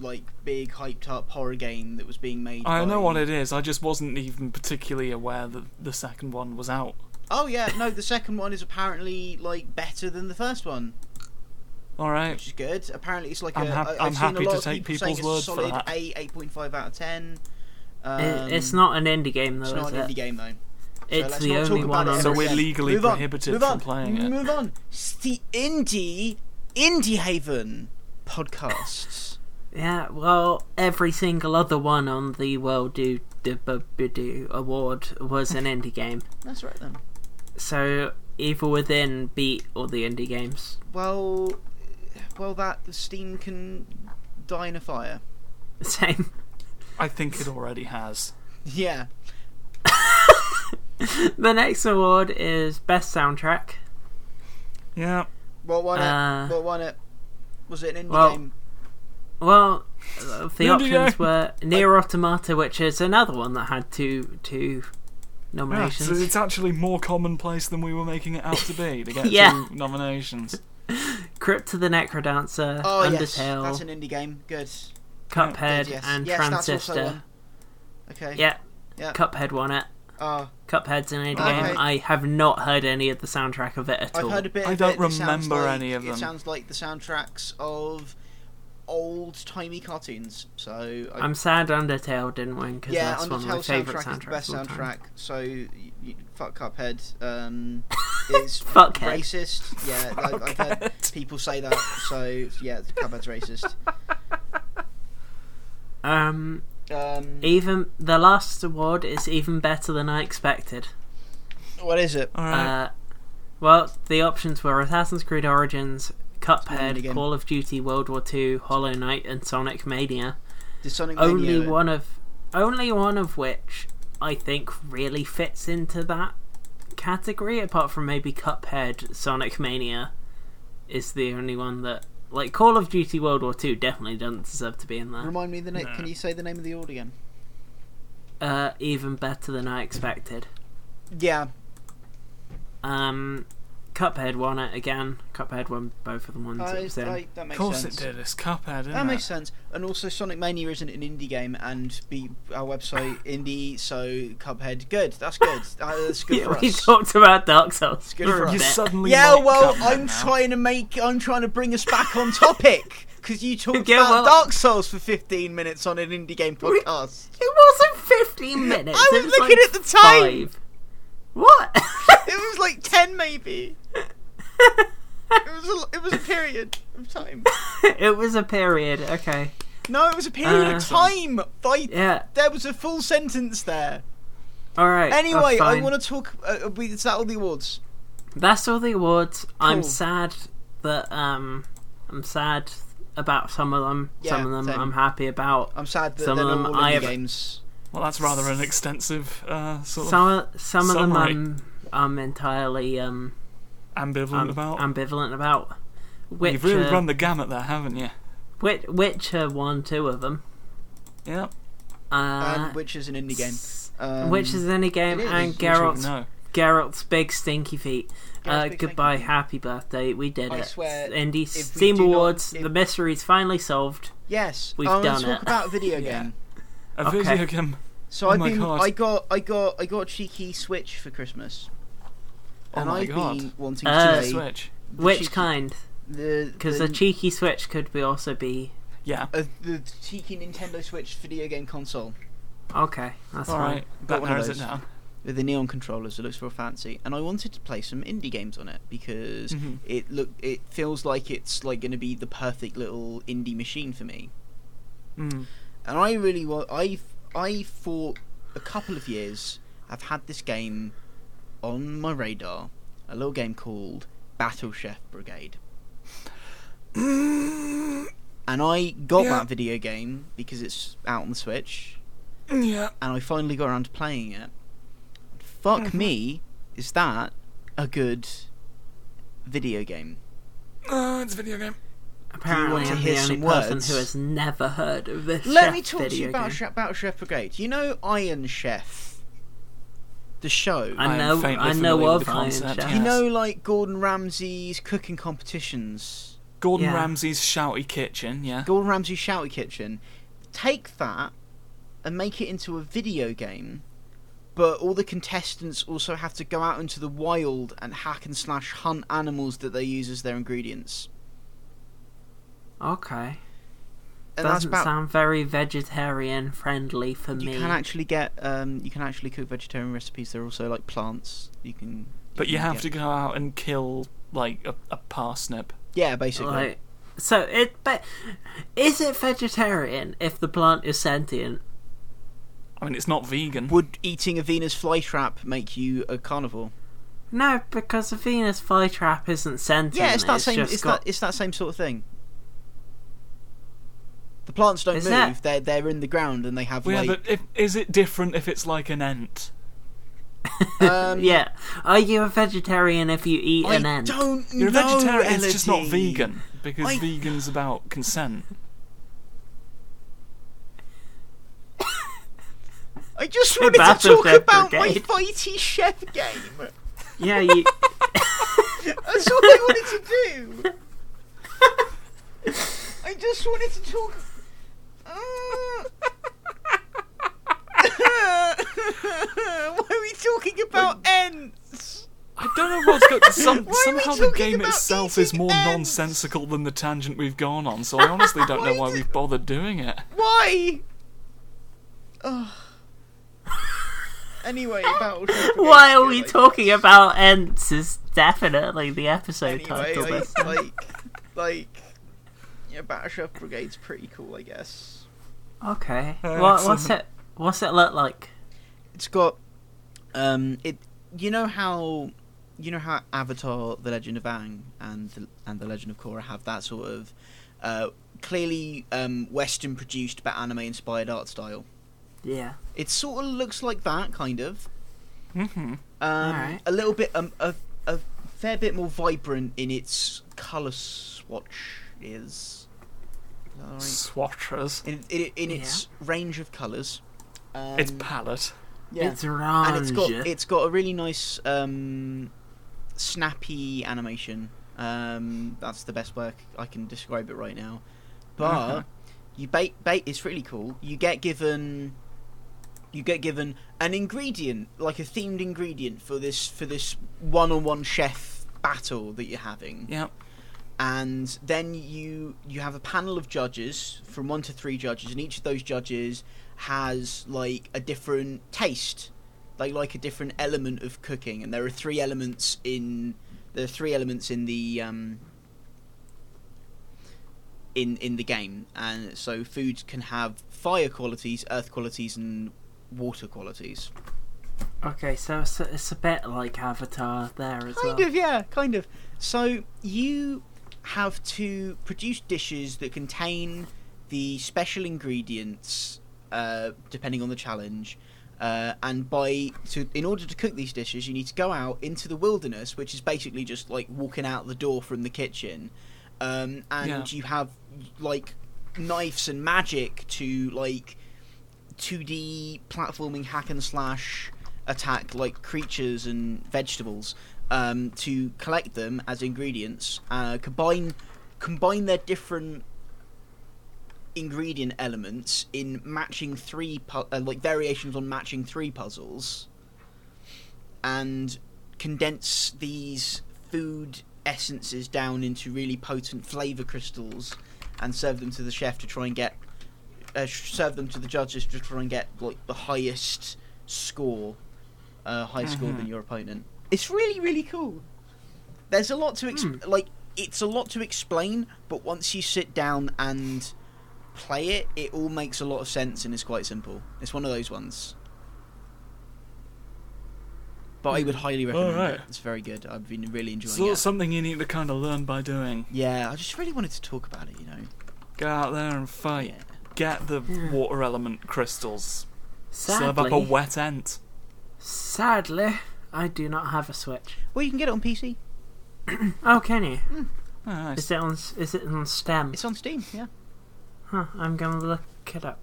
Speaker 4: like big hyped up horror game that was being made.
Speaker 2: I know
Speaker 4: by-
Speaker 2: what it is. I just wasn't even particularly aware that the second one was out.
Speaker 4: Oh yeah, no, the second one is apparently like better than the first one,
Speaker 2: All right.
Speaker 4: which is good. Apparently, it's like
Speaker 2: I'm
Speaker 4: a,
Speaker 2: hap-
Speaker 4: I-
Speaker 2: I'm
Speaker 4: I've seen
Speaker 2: happy
Speaker 4: a lot
Speaker 2: to
Speaker 4: of
Speaker 2: take
Speaker 4: people saying
Speaker 2: people's
Speaker 4: it's a
Speaker 2: word for
Speaker 4: solid
Speaker 2: that.
Speaker 4: Eight, eight point five out of ten. Um,
Speaker 3: It- it's not an indie game, though,
Speaker 4: It's not
Speaker 3: is
Speaker 4: an
Speaker 3: it?
Speaker 4: indie game though.
Speaker 3: It's
Speaker 4: let's
Speaker 3: the
Speaker 4: not talk
Speaker 3: only
Speaker 4: about
Speaker 3: one
Speaker 4: it
Speaker 3: on
Speaker 4: ever
Speaker 2: So
Speaker 3: the
Speaker 2: we're
Speaker 4: again.
Speaker 2: legally
Speaker 4: Move on,
Speaker 2: prohibited
Speaker 4: move
Speaker 2: from
Speaker 4: on,
Speaker 2: playing it.
Speaker 4: Move on. It's the indie indie haven podcasts.
Speaker 3: Yeah, well, every single other one on the World Do Do Bu- Bu- Do award was an indie game.
Speaker 4: That's right then.
Speaker 3: So Evil Within beat all the indie games.
Speaker 4: Well, well, that steam can die in a fire.
Speaker 3: Same.
Speaker 2: I think it already has.
Speaker 4: Yeah.
Speaker 3: The next award is Best Soundtrack.
Speaker 2: Yeah.
Speaker 4: What won it?
Speaker 3: Uh,
Speaker 4: what won it? Was it an indie
Speaker 3: well,
Speaker 4: game?
Speaker 3: Well, uh, the
Speaker 2: Indie
Speaker 3: options
Speaker 2: game.
Speaker 3: were Near Automata, which is another one that had two two
Speaker 2: Yeah, Ah, so
Speaker 3: nominations.
Speaker 2: it's actually more commonplace than we were making it out to be to get
Speaker 3: Yeah.
Speaker 2: two nominations.
Speaker 3: Crypt to the Necrodancer,
Speaker 4: Oh yes,
Speaker 3: Undertale,
Speaker 4: that's an indie game. Good.
Speaker 3: Cuphead,
Speaker 4: Good, yes.
Speaker 3: and
Speaker 4: yes, That's also
Speaker 3: Transistor.
Speaker 4: one. Okay.
Speaker 3: Yeah,
Speaker 4: Yeah.
Speaker 3: Cuphead won it.
Speaker 4: Oh,
Speaker 3: Cuphead's an indie
Speaker 4: Okay.
Speaker 3: game. I have not heard any of the soundtrack of it at
Speaker 4: I've
Speaker 3: all.
Speaker 4: heard a bit.
Speaker 2: I
Speaker 4: of
Speaker 2: don't
Speaker 4: it. It sounds
Speaker 2: remember
Speaker 4: like-
Speaker 2: any of them.
Speaker 4: It sounds like the soundtracks of old timey cartoons. So I,
Speaker 3: I'm sad Undertale didn't win because
Speaker 4: yeah,
Speaker 3: that's one of my
Speaker 4: Undertale
Speaker 3: favourite
Speaker 4: soundtrack
Speaker 3: soundtracks.
Speaker 4: is the best
Speaker 3: of all time.
Speaker 4: soundtrack. So y y fuck Cuphead. Um, is
Speaker 3: Fuckhead.
Speaker 4: racist. Yeah, like, I've heard people say that. So yeah, Cuphead's racist.
Speaker 3: Um,
Speaker 4: Um,
Speaker 3: E- even the last award is even better than I expected.
Speaker 4: What is it?
Speaker 2: All right.
Speaker 3: Uh, well, the options were Assassin's Creed Origins,
Speaker 4: Mine
Speaker 3: Cuphead,
Speaker 4: again.
Speaker 3: Call of Duty World War II, Hollow Knight, and Sonic Mania.
Speaker 4: Did Sonic
Speaker 3: only
Speaker 4: Mania-
Speaker 3: one of only one of which I think really fits into that category, apart from maybe Cuphead, Sonic Mania is the only one that like Call of Duty World War Two definitely doesn't deserve to be in there.
Speaker 4: Remind me the name.
Speaker 2: Nah.
Speaker 4: Can you say the name of the order again?
Speaker 3: Uh, even better than I expected.
Speaker 4: Yeah,
Speaker 3: Um, Cuphead won it again. Cuphead won both of the ones it
Speaker 4: I,
Speaker 3: was in.
Speaker 4: I, that
Speaker 2: Of
Speaker 4: makes
Speaker 2: course
Speaker 4: sense.
Speaker 2: it did. It's Cuphead, isn't
Speaker 3: Uh-huh.
Speaker 4: That
Speaker 2: it?
Speaker 4: makes sense. And also, Sonic Mania isn't an indie game, and be our website indie, so Cuphead, good. That's good. Uh, that's good
Speaker 3: yeah,
Speaker 4: for
Speaker 3: we
Speaker 4: us.
Speaker 3: talked about Dark Souls.
Speaker 4: good
Speaker 3: for a
Speaker 4: for us.
Speaker 2: You
Speaker 3: bit.
Speaker 2: suddenly
Speaker 4: yeah,
Speaker 2: like
Speaker 4: well,
Speaker 2: Cuphead
Speaker 4: I'm
Speaker 2: now.
Speaker 4: trying to make, I'm trying to bring us back on topic because you talked
Speaker 3: Yeah,
Speaker 4: about
Speaker 3: well-
Speaker 4: Dark Souls for 15 minutes on an indie game
Speaker 3: We-
Speaker 4: podcast.
Speaker 3: It wasn't 15 minutes.
Speaker 4: I was
Speaker 3: it was
Speaker 4: looking
Speaker 3: like
Speaker 4: at the time.
Speaker 3: Five. What?
Speaker 4: It was like 10 maybe. It was a, it was a period of time.
Speaker 3: it was a period. Okay.
Speaker 4: No, it was a period
Speaker 3: Uh,
Speaker 4: of time. Like,
Speaker 3: Yeah.
Speaker 4: There was a full sentence there.
Speaker 3: All right.
Speaker 4: Anyway, I
Speaker 3: to.
Speaker 4: want to talk. Uh, we, is that all the awards?
Speaker 3: That's all the awards. I'm
Speaker 4: Cool.
Speaker 3: sad that um, I'm sad about some of them.
Speaker 4: Yeah,
Speaker 3: some of them
Speaker 4: same.
Speaker 3: I'm happy about.
Speaker 4: I'm sad that
Speaker 3: Some
Speaker 4: they're
Speaker 3: of
Speaker 4: not
Speaker 3: them
Speaker 4: all
Speaker 3: I
Speaker 4: indie
Speaker 3: have-
Speaker 4: games.
Speaker 2: Well, that's rather an extensive uh, sort of
Speaker 3: Some some of them
Speaker 2: Summary.
Speaker 3: I'm I'm entirely um
Speaker 2: ambivalent
Speaker 3: I'm
Speaker 2: about.
Speaker 3: ambivalent about.
Speaker 2: You've
Speaker 3: um, Witcher,
Speaker 2: really run the gamut there, haven't you?
Speaker 3: Wit- Witcher one, two of them.
Speaker 2: Yeah.
Speaker 3: Uh,
Speaker 4: and which is an indie game.
Speaker 3: s-
Speaker 4: Um,
Speaker 3: which is any game
Speaker 4: it is,
Speaker 3: and
Speaker 4: which
Speaker 3: Geralt's
Speaker 2: No.
Speaker 3: Geralt's big stinky feet.
Speaker 4: Geralt's
Speaker 3: Uh,
Speaker 4: big
Speaker 3: goodbye,
Speaker 4: stinky feet.
Speaker 3: happy birthday. We did
Speaker 4: I
Speaker 3: it.
Speaker 4: swear,
Speaker 3: Indie
Speaker 4: we
Speaker 3: Steam
Speaker 4: do not-
Speaker 3: Awards.
Speaker 4: if-
Speaker 3: the mystery's finally solved.
Speaker 4: yes.
Speaker 3: We've
Speaker 4: I want
Speaker 3: done
Speaker 4: to talk
Speaker 3: it.
Speaker 4: about video
Speaker 2: Yeah.
Speaker 4: game.
Speaker 2: A
Speaker 3: Okay.
Speaker 2: video game.
Speaker 4: So
Speaker 2: Oh
Speaker 4: I've
Speaker 2: my
Speaker 4: been.
Speaker 2: God.
Speaker 4: I got. I got. I got a cheeky Switch for Christmas.
Speaker 2: Oh
Speaker 4: and
Speaker 2: my
Speaker 4: I've
Speaker 2: God.
Speaker 4: been wanting
Speaker 3: Uh,
Speaker 4: to play
Speaker 2: Switch.
Speaker 4: the
Speaker 3: Which
Speaker 4: cheeky-
Speaker 3: kind?
Speaker 4: The
Speaker 3: Because
Speaker 4: the,
Speaker 3: a cheeky switch could be also be
Speaker 2: Yeah.
Speaker 4: uh, the cheeky Nintendo Switch video game console
Speaker 3: okay. That's
Speaker 2: All
Speaker 3: fine.
Speaker 2: right. That
Speaker 4: one of
Speaker 2: narrows it
Speaker 4: those.
Speaker 2: down.
Speaker 4: with the neon controllers. It looks real fancy, and I wanted to play some indie games on it because
Speaker 2: Mhm.
Speaker 4: it look. It feels like it's like going to be the perfect little indie machine for me.
Speaker 2: Mm.
Speaker 4: and I really wa I I for a couple of years I've had this game on my radar, a little game called Battle Chef Brigade, and I got
Speaker 2: Yeah.
Speaker 4: that video game because it's out on the Switch,
Speaker 2: Mm. Yeah.
Speaker 4: and I finally got around to playing it. Fuck me, is that a good video game?
Speaker 2: Uh, it's a video game.
Speaker 3: Apparently,
Speaker 4: to
Speaker 3: I'm
Speaker 4: hear
Speaker 3: the only
Speaker 4: some
Speaker 3: person
Speaker 4: words?
Speaker 3: who has never heard of this.
Speaker 4: Let
Speaker 3: chef
Speaker 4: me talk to
Speaker 3: video
Speaker 4: you about
Speaker 3: game.
Speaker 4: Chef, Battle Chef Brigade. You know Iron Chef, the show.
Speaker 3: I
Speaker 2: I am
Speaker 3: know.
Speaker 2: faintly
Speaker 3: I know
Speaker 2: familiar
Speaker 3: of
Speaker 2: with the
Speaker 3: Iron
Speaker 2: concept,
Speaker 3: Chef.
Speaker 2: yes.
Speaker 4: You know, like Gordon Ramsay's cooking competitions,
Speaker 2: Gordon
Speaker 3: Yeah.
Speaker 2: Ramsay's Shouty Kitchen. Yeah.
Speaker 4: Gordon Ramsay's Shouty Kitchen. Take that and make it into a video game, but all the contestants also have to go out into the wild and hack and slash hunt animals that they use as their ingredients.
Speaker 3: Okay.
Speaker 4: And that's
Speaker 3: Doesn't
Speaker 4: about.
Speaker 3: sound very vegetarian friendly for
Speaker 4: you
Speaker 3: me.
Speaker 4: can actually get um, you can actually cook vegetarian recipes. They're also like plants. You can.
Speaker 2: But you
Speaker 4: can
Speaker 2: have
Speaker 4: get-
Speaker 2: to go out and kill like a, a parsnip.
Speaker 4: Yeah, basically.
Speaker 3: Like, so it. But is it vegetarian if the plant is sentient?
Speaker 2: I mean, it's not vegan.
Speaker 4: Would eating a Venus flytrap make you a carnivore?
Speaker 3: No, because the Venus flytrap isn't sentient.
Speaker 4: Yeah, it's that same.
Speaker 3: just
Speaker 4: It's
Speaker 3: got-
Speaker 4: that. It's that same sort of thing. The plants don't
Speaker 3: Is
Speaker 4: move.
Speaker 3: that-
Speaker 4: They're they're in the ground and they have
Speaker 2: Well, yeah,
Speaker 4: like.
Speaker 2: but if, is it different if it's like an ant?
Speaker 4: um,
Speaker 3: Yeah. Are you a vegetarian if you eat
Speaker 4: I
Speaker 3: an ant?
Speaker 4: don't
Speaker 2: You're a
Speaker 4: know.
Speaker 2: vegetarian. It's just not
Speaker 4: Elodie.
Speaker 2: vegan because
Speaker 4: I-
Speaker 2: vegan's about consent.
Speaker 4: I just wanted to
Speaker 3: Battle
Speaker 4: talk
Speaker 3: Chef
Speaker 4: about
Speaker 3: Brigade.
Speaker 4: my fighty chef game.
Speaker 3: Yeah, you.
Speaker 4: That's all I wanted to do. I just wanted to talk. Uh... Why are we talking about ants?
Speaker 2: I don't know what's got. Some,
Speaker 4: Why are we
Speaker 2: somehow the
Speaker 4: talking
Speaker 2: game
Speaker 4: about
Speaker 2: itself is
Speaker 4: eating
Speaker 2: more
Speaker 4: ants?
Speaker 2: nonsensical than the tangent we've gone on. So I honestly don't know
Speaker 4: Why
Speaker 2: why
Speaker 4: did-
Speaker 2: we've bothered doing it.
Speaker 4: Why? Ugh. anyway, Battle Chef Brigade
Speaker 3: Why are
Speaker 4: still,
Speaker 3: we
Speaker 4: like-
Speaker 3: talking about ants? Is definitely the episode
Speaker 4: Anyway,
Speaker 3: title.
Speaker 4: like,
Speaker 3: this.
Speaker 4: like, like, yeah, Battle Chef Brigade's pretty cool, I guess.
Speaker 3: Okay.
Speaker 2: Uh,
Speaker 3: What,
Speaker 2: it's
Speaker 3: what's
Speaker 2: a-
Speaker 3: it? What's it look like?
Speaker 4: It's got, um, it you know how you know how Avatar, The Legend of Aang, and the, and The Legend of Korra have that sort of uh, clearly um, Western produced but anime inspired art style.
Speaker 3: Yeah.
Speaker 4: It sort of looks like that, kind of.
Speaker 2: hmm
Speaker 4: Um,
Speaker 3: Alright.
Speaker 4: A little bit, um, a, a fair bit more vibrant in its colour swatch is. Is that alright?
Speaker 2: Swatchers.
Speaker 4: In, in, in its range of colours. Um,
Speaker 2: Its palette.
Speaker 4: yeah.
Speaker 3: It's orange.
Speaker 4: and it's got it's got a really nice um, snappy animation. Um, that's the best way I c- I can describe it right now. But
Speaker 2: Uh-huh.
Speaker 4: you bait bait is really cool. You get given you get given an ingredient, like a themed ingredient for this for this one on one chef battle that you're having
Speaker 2: Yep.
Speaker 4: and then you you have a panel of judges from one to three judges and each of those judges has like a different taste they like a different element of cooking and there are three elements in there are three elements in the um in in the game and so foods can have fire qualities earth qualities and water qualities
Speaker 3: Okay, so it's, it's a bit like Avatar there as
Speaker 4: Kind
Speaker 3: well.
Speaker 4: of, yeah, kind of. So you have to produce dishes that contain the special ingredients, uh, depending on the challenge. Uh, and by to in order to cook these dishes, you need to go out into the wilderness, which is basically just like walking out the door from the kitchen. Um, and
Speaker 2: Yeah.
Speaker 4: you have like knives and magic to like 2D platforming hack and slash attack like creatures and vegetables um, to collect them as ingredients, uh, combine combine their different ingredient elements in matching three pu- uh, like variations on matching three puzzles, and condense these food essences down into really potent flavor crystals, and serve them to the chef to try and get uh, sh- serve them to the judges to try and get like the highest score, uh, high score than your opponent. It's really really cool. There's a lot to exp- like. It's a lot to explain, but once you sit down and play it, it all makes a lot of sense and is quite simple. It's one of those ones. But I would highly recommend
Speaker 2: Alright.
Speaker 4: it. It's very good. I've been really enjoying
Speaker 2: It's all
Speaker 4: it.
Speaker 2: something you need to kind of learn by doing.
Speaker 4: Yeah, I just really wanted to talk about it. You know.
Speaker 2: Go out there and fight.
Speaker 4: Yeah.
Speaker 2: Get the
Speaker 3: Yeah.
Speaker 2: water element crystals.
Speaker 3: Sadly,
Speaker 2: Serve up a wet ant.
Speaker 3: sadly, I do not have a Switch.
Speaker 4: Well, you can get it on PC.
Speaker 3: Oh, can you?
Speaker 2: Oh, nice.
Speaker 3: Is it on? Is it on STEM?
Speaker 4: It's on Steam. Yeah.
Speaker 3: Huh, I'm gonna look it up.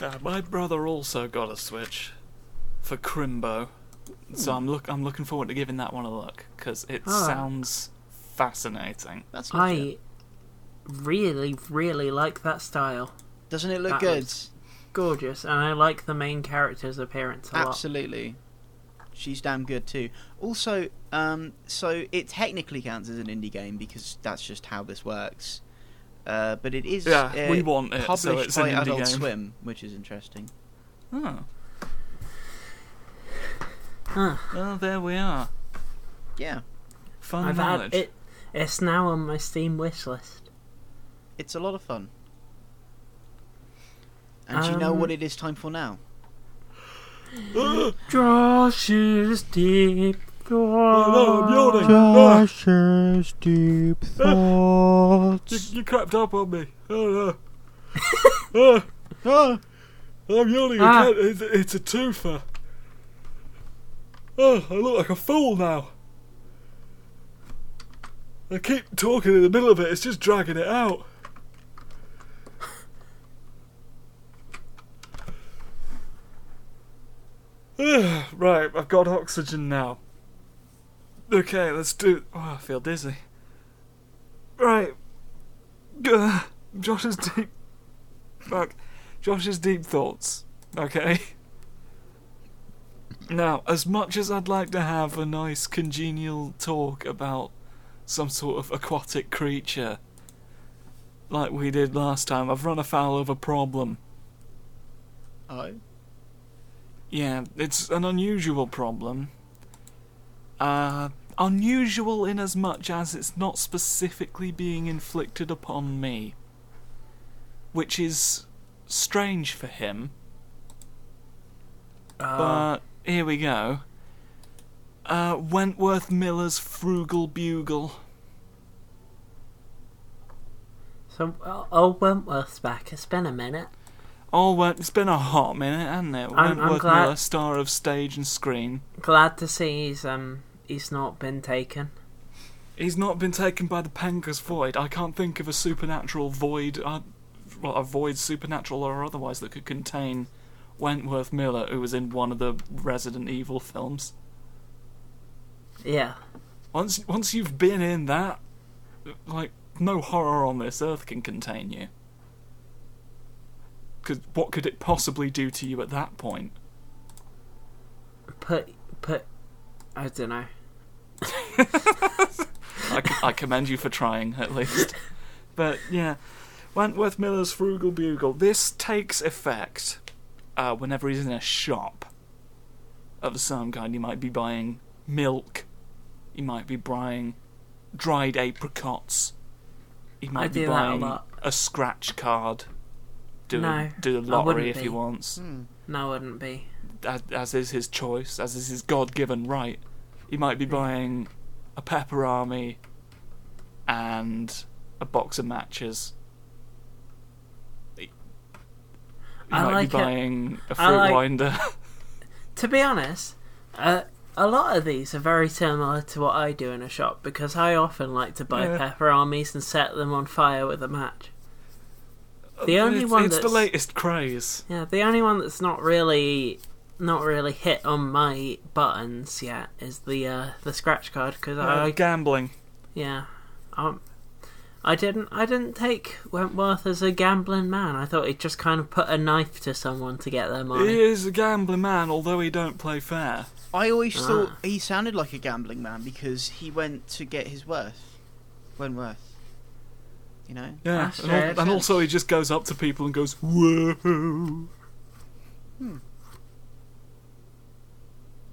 Speaker 2: Uh, my brother also got a Switch for Crimbo, so I'm look I'm looking forward to giving that one a look because it
Speaker 3: Alright.
Speaker 2: sounds fascinating.
Speaker 4: That's not
Speaker 3: I
Speaker 4: it.
Speaker 3: really, really like that style.
Speaker 4: Doesn't it look
Speaker 3: That
Speaker 4: good?
Speaker 3: looks Gorgeous, and I like the main character's appearance a lot.
Speaker 4: Absolutely. She's damn good too. Also, um, so it technically counts as an indie game because that's just how this works. Uh, but it is
Speaker 2: Yeah,
Speaker 4: uh,
Speaker 2: we want it, so
Speaker 4: published
Speaker 2: it's an
Speaker 4: by
Speaker 2: indie
Speaker 4: Adult
Speaker 2: game.
Speaker 4: Swim, which is interesting.
Speaker 2: Oh,
Speaker 3: Huh.
Speaker 2: well, Ah, there we are.
Speaker 4: Yeah,
Speaker 2: Fun
Speaker 3: I've
Speaker 2: knowledge.
Speaker 3: had it. It's now on my Steam wishlist.
Speaker 4: it's a lot of fun. And do you know what
Speaker 3: Um,
Speaker 4: it is time for now?
Speaker 3: Josh's deep thoughts.
Speaker 5: Josh's deep
Speaker 2: You,
Speaker 5: thoughts.
Speaker 2: you crept up on me. Oh no.
Speaker 4: Oh,
Speaker 2: Ah, I'm yawning
Speaker 3: Ah.
Speaker 2: again. It's, it's a twofer. Oh, I look like a fool now. I keep talking in the middle of it. It's just dragging it out. Ah, right, I've got oxygen now. Okay, let's do. Oh, I feel dizzy. Right. Ugh, Josh's deep. Fuck. Josh's deep thoughts. Okay. Now, as much as I'd like to have a nice congenial talk about some sort of aquatic creature, like we did last time, I've run afoul of a problem.
Speaker 4: oh,
Speaker 2: Yeah, it's an unusual problem. Uh, unusual in as much as it's not specifically being inflicted upon me. Which is strange for him.
Speaker 3: Uh.
Speaker 2: But here we go. Uh, Wentworth Miller's Frugal Bugle.
Speaker 3: So, oh, old Wentworth's back. It's been a minute.
Speaker 2: Oh, well, it's been a hot minute, hasn't it?
Speaker 3: I'm- I'm
Speaker 2: Wentworth
Speaker 3: glad-
Speaker 2: Miller, star of stage and screen.
Speaker 3: Glad to see he's um he's not been taken.
Speaker 2: He's not been taken by the Pangas Void. I can't think of a supernatural void, uh, well, a void supernatural or otherwise, that could contain Wentworth Miller, who was in one of the Resident Evil films.
Speaker 3: Yeah.
Speaker 2: Once, once you've been in that, like, no horror on this earth can contain you. Because what could it possibly do to you at that point?
Speaker 3: Put put. I don't know.
Speaker 2: I, I commend you for trying, at least. But yeah, Wentworth Miller's Frugal Bugle. This takes effect uh, whenever he's in a shop of some kind. He might be buying milk, he might be buying dried apricots, he might be
Speaker 3: do that a
Speaker 2: buying
Speaker 3: lot.
Speaker 2: a scratch card. Do,
Speaker 3: No,
Speaker 2: do a
Speaker 3: I
Speaker 2: lottery
Speaker 3: wouldn't
Speaker 2: if
Speaker 3: be.
Speaker 2: he wants,
Speaker 3: No, wouldn't be.
Speaker 2: as, as is his choice, as is his God given right. He might be buying a pepper army and a box of matches. He he
Speaker 3: I
Speaker 2: might
Speaker 3: like
Speaker 2: be
Speaker 3: it.
Speaker 2: buying a
Speaker 3: I
Speaker 2: fruit
Speaker 3: like-
Speaker 2: winder.
Speaker 3: To be honest, uh, a lot of these are very similar to what I do in a shop because I often like to buy
Speaker 2: Yeah.
Speaker 3: pepper armies and set them on fire with a match. The only
Speaker 2: it's,
Speaker 3: one
Speaker 2: it's the
Speaker 3: that's-
Speaker 2: latest craze.
Speaker 3: Yeah, the only one that's not really not really hit on my buttons yet is the uh, the scratch card because
Speaker 2: Uh,
Speaker 3: I
Speaker 2: gambling.
Speaker 3: yeah um I didn't I didn't take Wentworth as a gambling man. I thought he'd just kind of put a knife to someone to get their
Speaker 2: He
Speaker 3: money.
Speaker 2: is a gambling man, although he don't play fair.
Speaker 4: I always
Speaker 3: Ah.
Speaker 4: thought he sounded like a gambling man because he went to get his worth. Wentworth. You know?
Speaker 2: Yeah,
Speaker 3: That's
Speaker 2: and, al-
Speaker 3: fair.
Speaker 2: and also he just goes up to people and goes, "Whoa."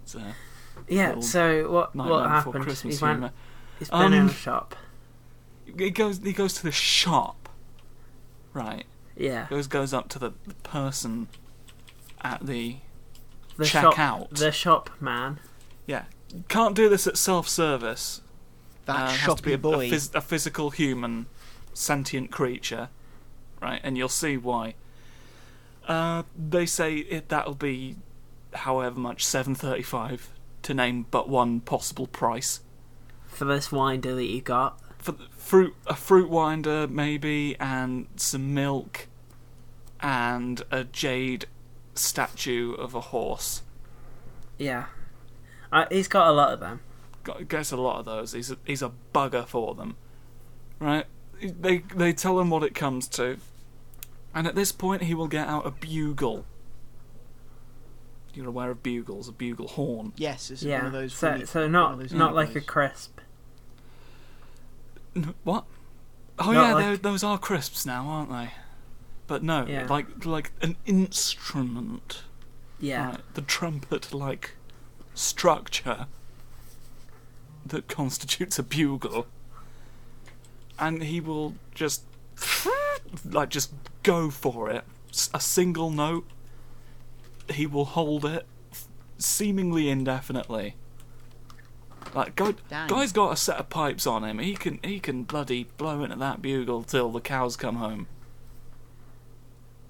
Speaker 2: So,
Speaker 3: Yeah.
Speaker 2: Little
Speaker 3: So what
Speaker 2: Nightmare
Speaker 3: what
Speaker 2: Before
Speaker 3: happened?
Speaker 2: Christmas
Speaker 3: he went.
Speaker 2: humour.
Speaker 3: He's been in
Speaker 2: Um,
Speaker 3: a shop.
Speaker 2: he goes he goes to the shop right
Speaker 3: Yeah.
Speaker 2: goes goes up to the, the person at the
Speaker 3: The
Speaker 2: check
Speaker 3: shop,
Speaker 2: out.
Speaker 3: The shop man.
Speaker 2: yeah can't do this at self-service
Speaker 4: That
Speaker 2: uh, has to
Speaker 4: shoppy
Speaker 2: be a, a
Speaker 4: boy.
Speaker 2: phys- a physical human sentient creature right and you'll see why uh, they say it, that'll be however much 735 to name but one possible price
Speaker 3: for this winder that you got.
Speaker 2: for the fruit a fruit winder maybe and some milk and a jade statue of a horse
Speaker 3: Yeah. I, he's got a lot of them.
Speaker 2: Got- gets a lot of those he's a, he's a bugger for them right they they tell him what it comes to and at this point he will get out a bugle you're aware of bugles a bugle horn
Speaker 4: yes, it's
Speaker 3: yeah.
Speaker 4: one of those.
Speaker 3: so
Speaker 4: funny-
Speaker 3: so
Speaker 4: one of
Speaker 3: not
Speaker 4: those
Speaker 3: not
Speaker 4: funny
Speaker 3: like a
Speaker 4: boys.
Speaker 3: crisp.
Speaker 2: N- What? Oh
Speaker 3: Not
Speaker 2: yeah,
Speaker 3: like-
Speaker 2: tho- those are crisps now, aren't they? But no,
Speaker 3: Yeah.
Speaker 2: like like an instrument,
Speaker 3: Yeah.
Speaker 2: right? The trumpet-like structure that constitutes a bugle, and he will just like just go for it. S- A single note, he will hold it f- seemingly indefinitely. Like guy,
Speaker 4: Dang.
Speaker 2: guy's got a set of pipes on him. He can he can bloody blow into that bugle till the cows come home.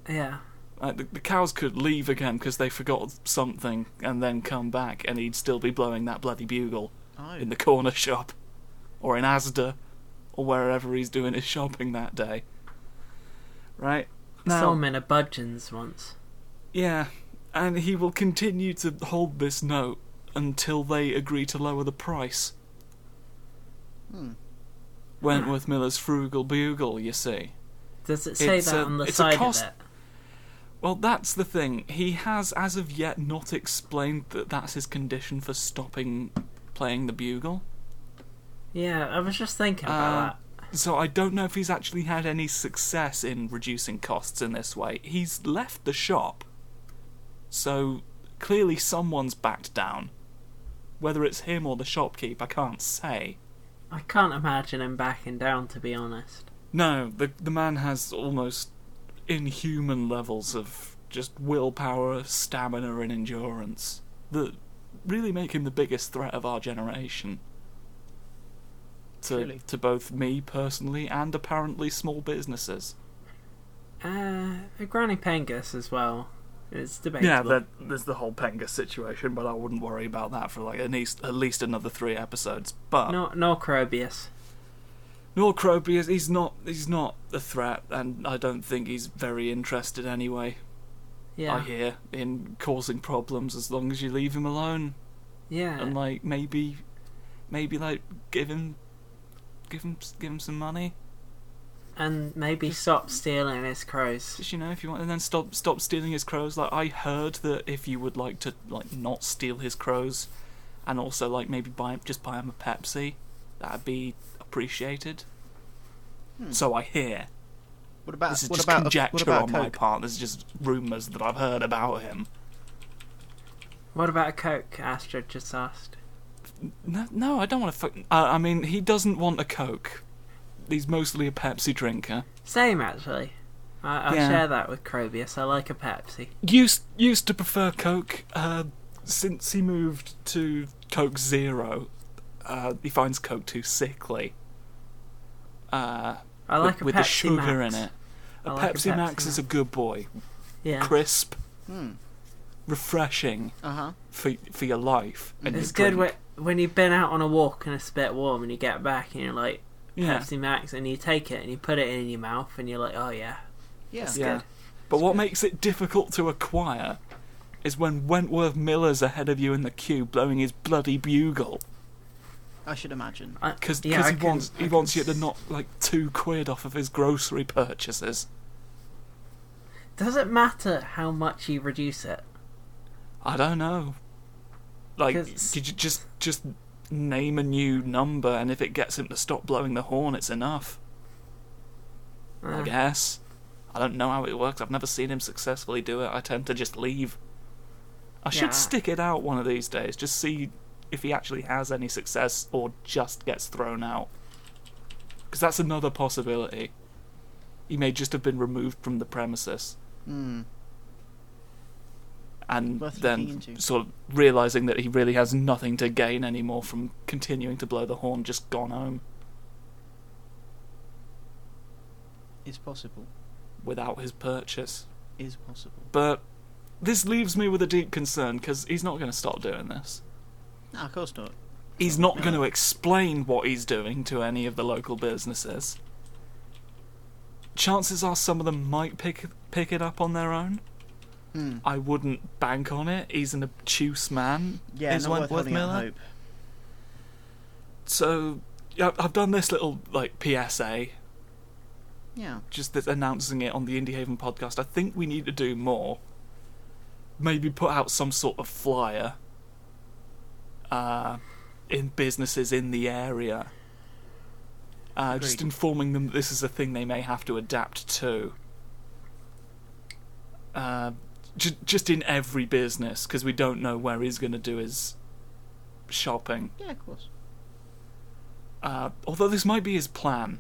Speaker 3: Yeah.
Speaker 2: Like Uh, the, the cows could leave again because they forgot something and then come back, and he'd still be blowing that bloody bugle
Speaker 4: Oh.
Speaker 2: in the corner shop, or in ASDA, or wherever he's doing his shopping that day. Right
Speaker 3: I
Speaker 2: now,
Speaker 3: Saw him in a Budgeons once.
Speaker 2: Yeah, and he will continue to hold this note until they agree to lower the price. Wentworth Miller's Frugal Bugle, you see.
Speaker 3: Does it say
Speaker 2: It's
Speaker 3: that
Speaker 2: a-
Speaker 3: on the
Speaker 2: it's a
Speaker 3: side
Speaker 2: cost-
Speaker 3: of it?
Speaker 2: Well, that's the thing. He has, as of yet, not explained that that's his condition for stopping playing the bugle.
Speaker 3: Yeah, I was just thinking
Speaker 2: Uh,
Speaker 3: about
Speaker 2: So I don't know if he's actually had any success in reducing costs in this way. He's left the shop. So clearly someone's backed down. Whether it's him or the shopkeep, I can't say.
Speaker 3: that. I can't imagine him backing down to be honest.
Speaker 2: No, the the man has almost inhuman levels of just willpower, stamina, and endurance that really make him the biggest threat of our generation. To
Speaker 4: Truly.
Speaker 2: to both me personally and apparently small businesses.
Speaker 3: Uh, Granny Pengus as well. It's debatable.
Speaker 2: Yeah, that, there's the whole Penga situation, but I wouldn't worry about that for like at least at least another three episodes. But
Speaker 3: No, no Crobius.
Speaker 2: Nor Crobius, he's not he's not a threat, and I don't think he's very interested anyway. I
Speaker 3: Yeah,
Speaker 2: hear in causing problems as long as you leave him alone,
Speaker 3: yeah.
Speaker 2: and like maybe, maybe like give him, give him give him some money,
Speaker 3: and maybe stop stealing his crows.
Speaker 2: just you know if you want, and then stop stop stealing his crows. Like I heard that if you would like to like not steal his crows, and also like maybe buy just buy him a Pepsi, that'd be appreciated. So I hear.
Speaker 4: What about
Speaker 2: This is
Speaker 4: Hmm. Uh, what
Speaker 2: just
Speaker 4: about
Speaker 2: conjecture
Speaker 4: what about
Speaker 2: on my
Speaker 4: Coke?
Speaker 2: part. This is just rumours that I've heard about him.
Speaker 3: What about a Coke? Astrid just asked.
Speaker 2: No, no I don't want to. Fuck, uh, I mean, he doesn't want a Coke. He's mostly a Pepsi drinker.
Speaker 3: Same actually. I, I'll
Speaker 2: Yeah.
Speaker 3: share that with Crobius. I like a Pepsi.
Speaker 2: Used used to prefer Coke. Uh, since he moved to Coke Zero, uh, he finds Coke too sickly. Uh,
Speaker 3: I
Speaker 2: with-
Speaker 3: like a
Speaker 2: with
Speaker 3: Pepsi
Speaker 2: the sugar
Speaker 3: Max.
Speaker 2: in it. A
Speaker 3: I
Speaker 2: Pepsi,
Speaker 3: like a Pepsi
Speaker 2: Max is a good boy.
Speaker 3: Yeah,
Speaker 2: Crisp,
Speaker 4: Hmm.
Speaker 2: refreshing
Speaker 4: Uh huh.
Speaker 2: for for your life. And
Speaker 3: it's
Speaker 2: your
Speaker 3: good
Speaker 2: drink.
Speaker 3: whe- when you've been out on a walk and it's a bit warm and you get back and you're like
Speaker 2: yeah.
Speaker 3: Pepsi Max and you take it and you put it in your mouth and you're like, oh yeah,
Speaker 4: Yeah.
Speaker 3: it's
Speaker 2: Yeah.
Speaker 3: good.
Speaker 2: But what makes it difficult to acquire is when Wentworth Miller's ahead of you in the queue blowing his bloody bugle
Speaker 4: I should imagine.
Speaker 3: I-
Speaker 2: because
Speaker 3: Uh, yeah, I
Speaker 2: he
Speaker 3: can-
Speaker 2: wants
Speaker 3: I
Speaker 2: he
Speaker 3: can
Speaker 2: wants you to
Speaker 3: s-
Speaker 2: knock like two quid off of his grocery purchases.
Speaker 3: Does it matter how much you reduce it?
Speaker 2: I don't know. Like,
Speaker 3: 'Cause-
Speaker 2: did you just just name a new number and if it gets him to stop blowing the horn, it's enough. I
Speaker 3: Uh,
Speaker 2: guess. I don't know how it works. I've never seen him successfully do it. I tend to just leave. I
Speaker 3: Yeah.
Speaker 2: should stick it out one of these days. Just see if he actually has any success or just gets thrown out. Because that's another possibility. He may just have been removed from the premises
Speaker 4: Hmm.
Speaker 2: and
Speaker 4: Worth
Speaker 2: then
Speaker 4: looking into.
Speaker 2: sort of realizing that he really has nothing to gain anymore from continuing to blow the horn, just gone home
Speaker 4: Is possible.
Speaker 2: without his purchase.
Speaker 4: Is possible.
Speaker 2: But this leaves me with a deep concern because he's not going to stop doing this.
Speaker 4: No, of course not.
Speaker 2: He's not going to explain what he's doing to any of the local businesses. Chances are some of them might pick pick it up on their own.
Speaker 4: Hmm.
Speaker 2: I wouldn't bank on it. He's an obtuse man.
Speaker 4: Yeah,
Speaker 2: is
Speaker 4: not worth
Speaker 2: Wentworth
Speaker 4: holding out
Speaker 2: Miller.
Speaker 4: hope.
Speaker 2: So yeah, I've done this little like PSA,
Speaker 4: Yeah.
Speaker 2: just this, announcing it on the Indie Haven podcast. I think we need to do more. Maybe put out some sort of flyer. Uh, in businesses in the area. Uh, just
Speaker 4: Agreed.
Speaker 2: informing them that this is a thing they may have to adapt to. Uh, j- just in every business, because we don't know where he's going to do his shopping.
Speaker 4: Yeah, of course.
Speaker 2: Uh, although this might be his plan.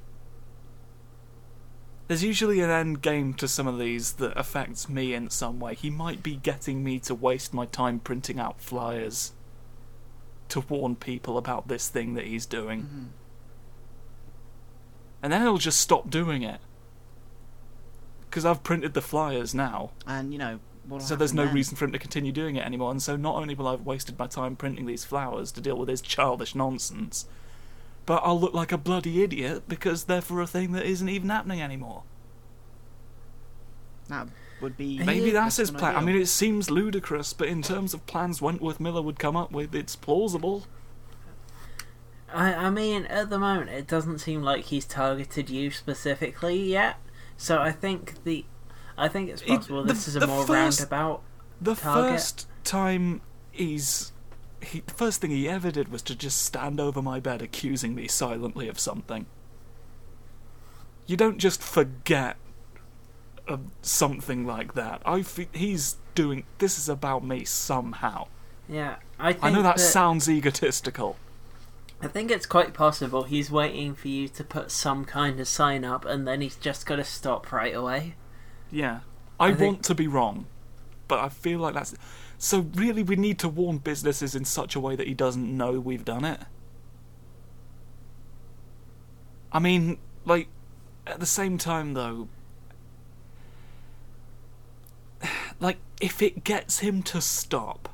Speaker 2: There's usually an end game to some of these that affects me in some way. He might be getting me to waste my time printing out flyers to warn people about this thing that he's doing.
Speaker 4: Mhm.
Speaker 2: And then he'll just stop doing it. Because I've printed the flyers now,
Speaker 4: And you know what?
Speaker 2: so there's no reason for him to continue doing it anymore. And so not only will I have wasted my time printing these flowers to deal with his childish nonsense, but I'll look like a bloody idiot because they're for a thing that isn't even happening anymore.
Speaker 4: That would be.
Speaker 2: Maybe that's his
Speaker 4: an
Speaker 2: plan. I
Speaker 4: ideal.
Speaker 2: mean, it seems ludicrous, but in terms of plans Wentworth Miller would come up with, it's plausible.
Speaker 3: I, I mean, at the moment, it doesn't seem like he's targeted you specifically yet. So I think the, I think it's
Speaker 2: It-
Speaker 3: possible
Speaker 2: the-
Speaker 3: this is a
Speaker 2: the
Speaker 3: more
Speaker 2: first-
Speaker 3: roundabout.
Speaker 2: The
Speaker 3: Target.
Speaker 2: first time he's. He, the first thing he ever did was to just stand over my bed accusing me silently of something. You don't just forget of something like that. I fe- he's doing. This is about me somehow.
Speaker 3: Yeah, I think
Speaker 2: I know that
Speaker 3: that-
Speaker 2: sounds egotistical.
Speaker 3: I think it's quite possible he's waiting for you to put some kind of sign up, and then he's just got to stop right away.
Speaker 2: Yeah. I,
Speaker 3: I
Speaker 2: want
Speaker 3: think-
Speaker 2: to be wrong. but I feel like that's. So, really, we need to warn businesses in such a way that he doesn't know we've done it. I mean, like, at the same time, though, like, if it gets him to stop.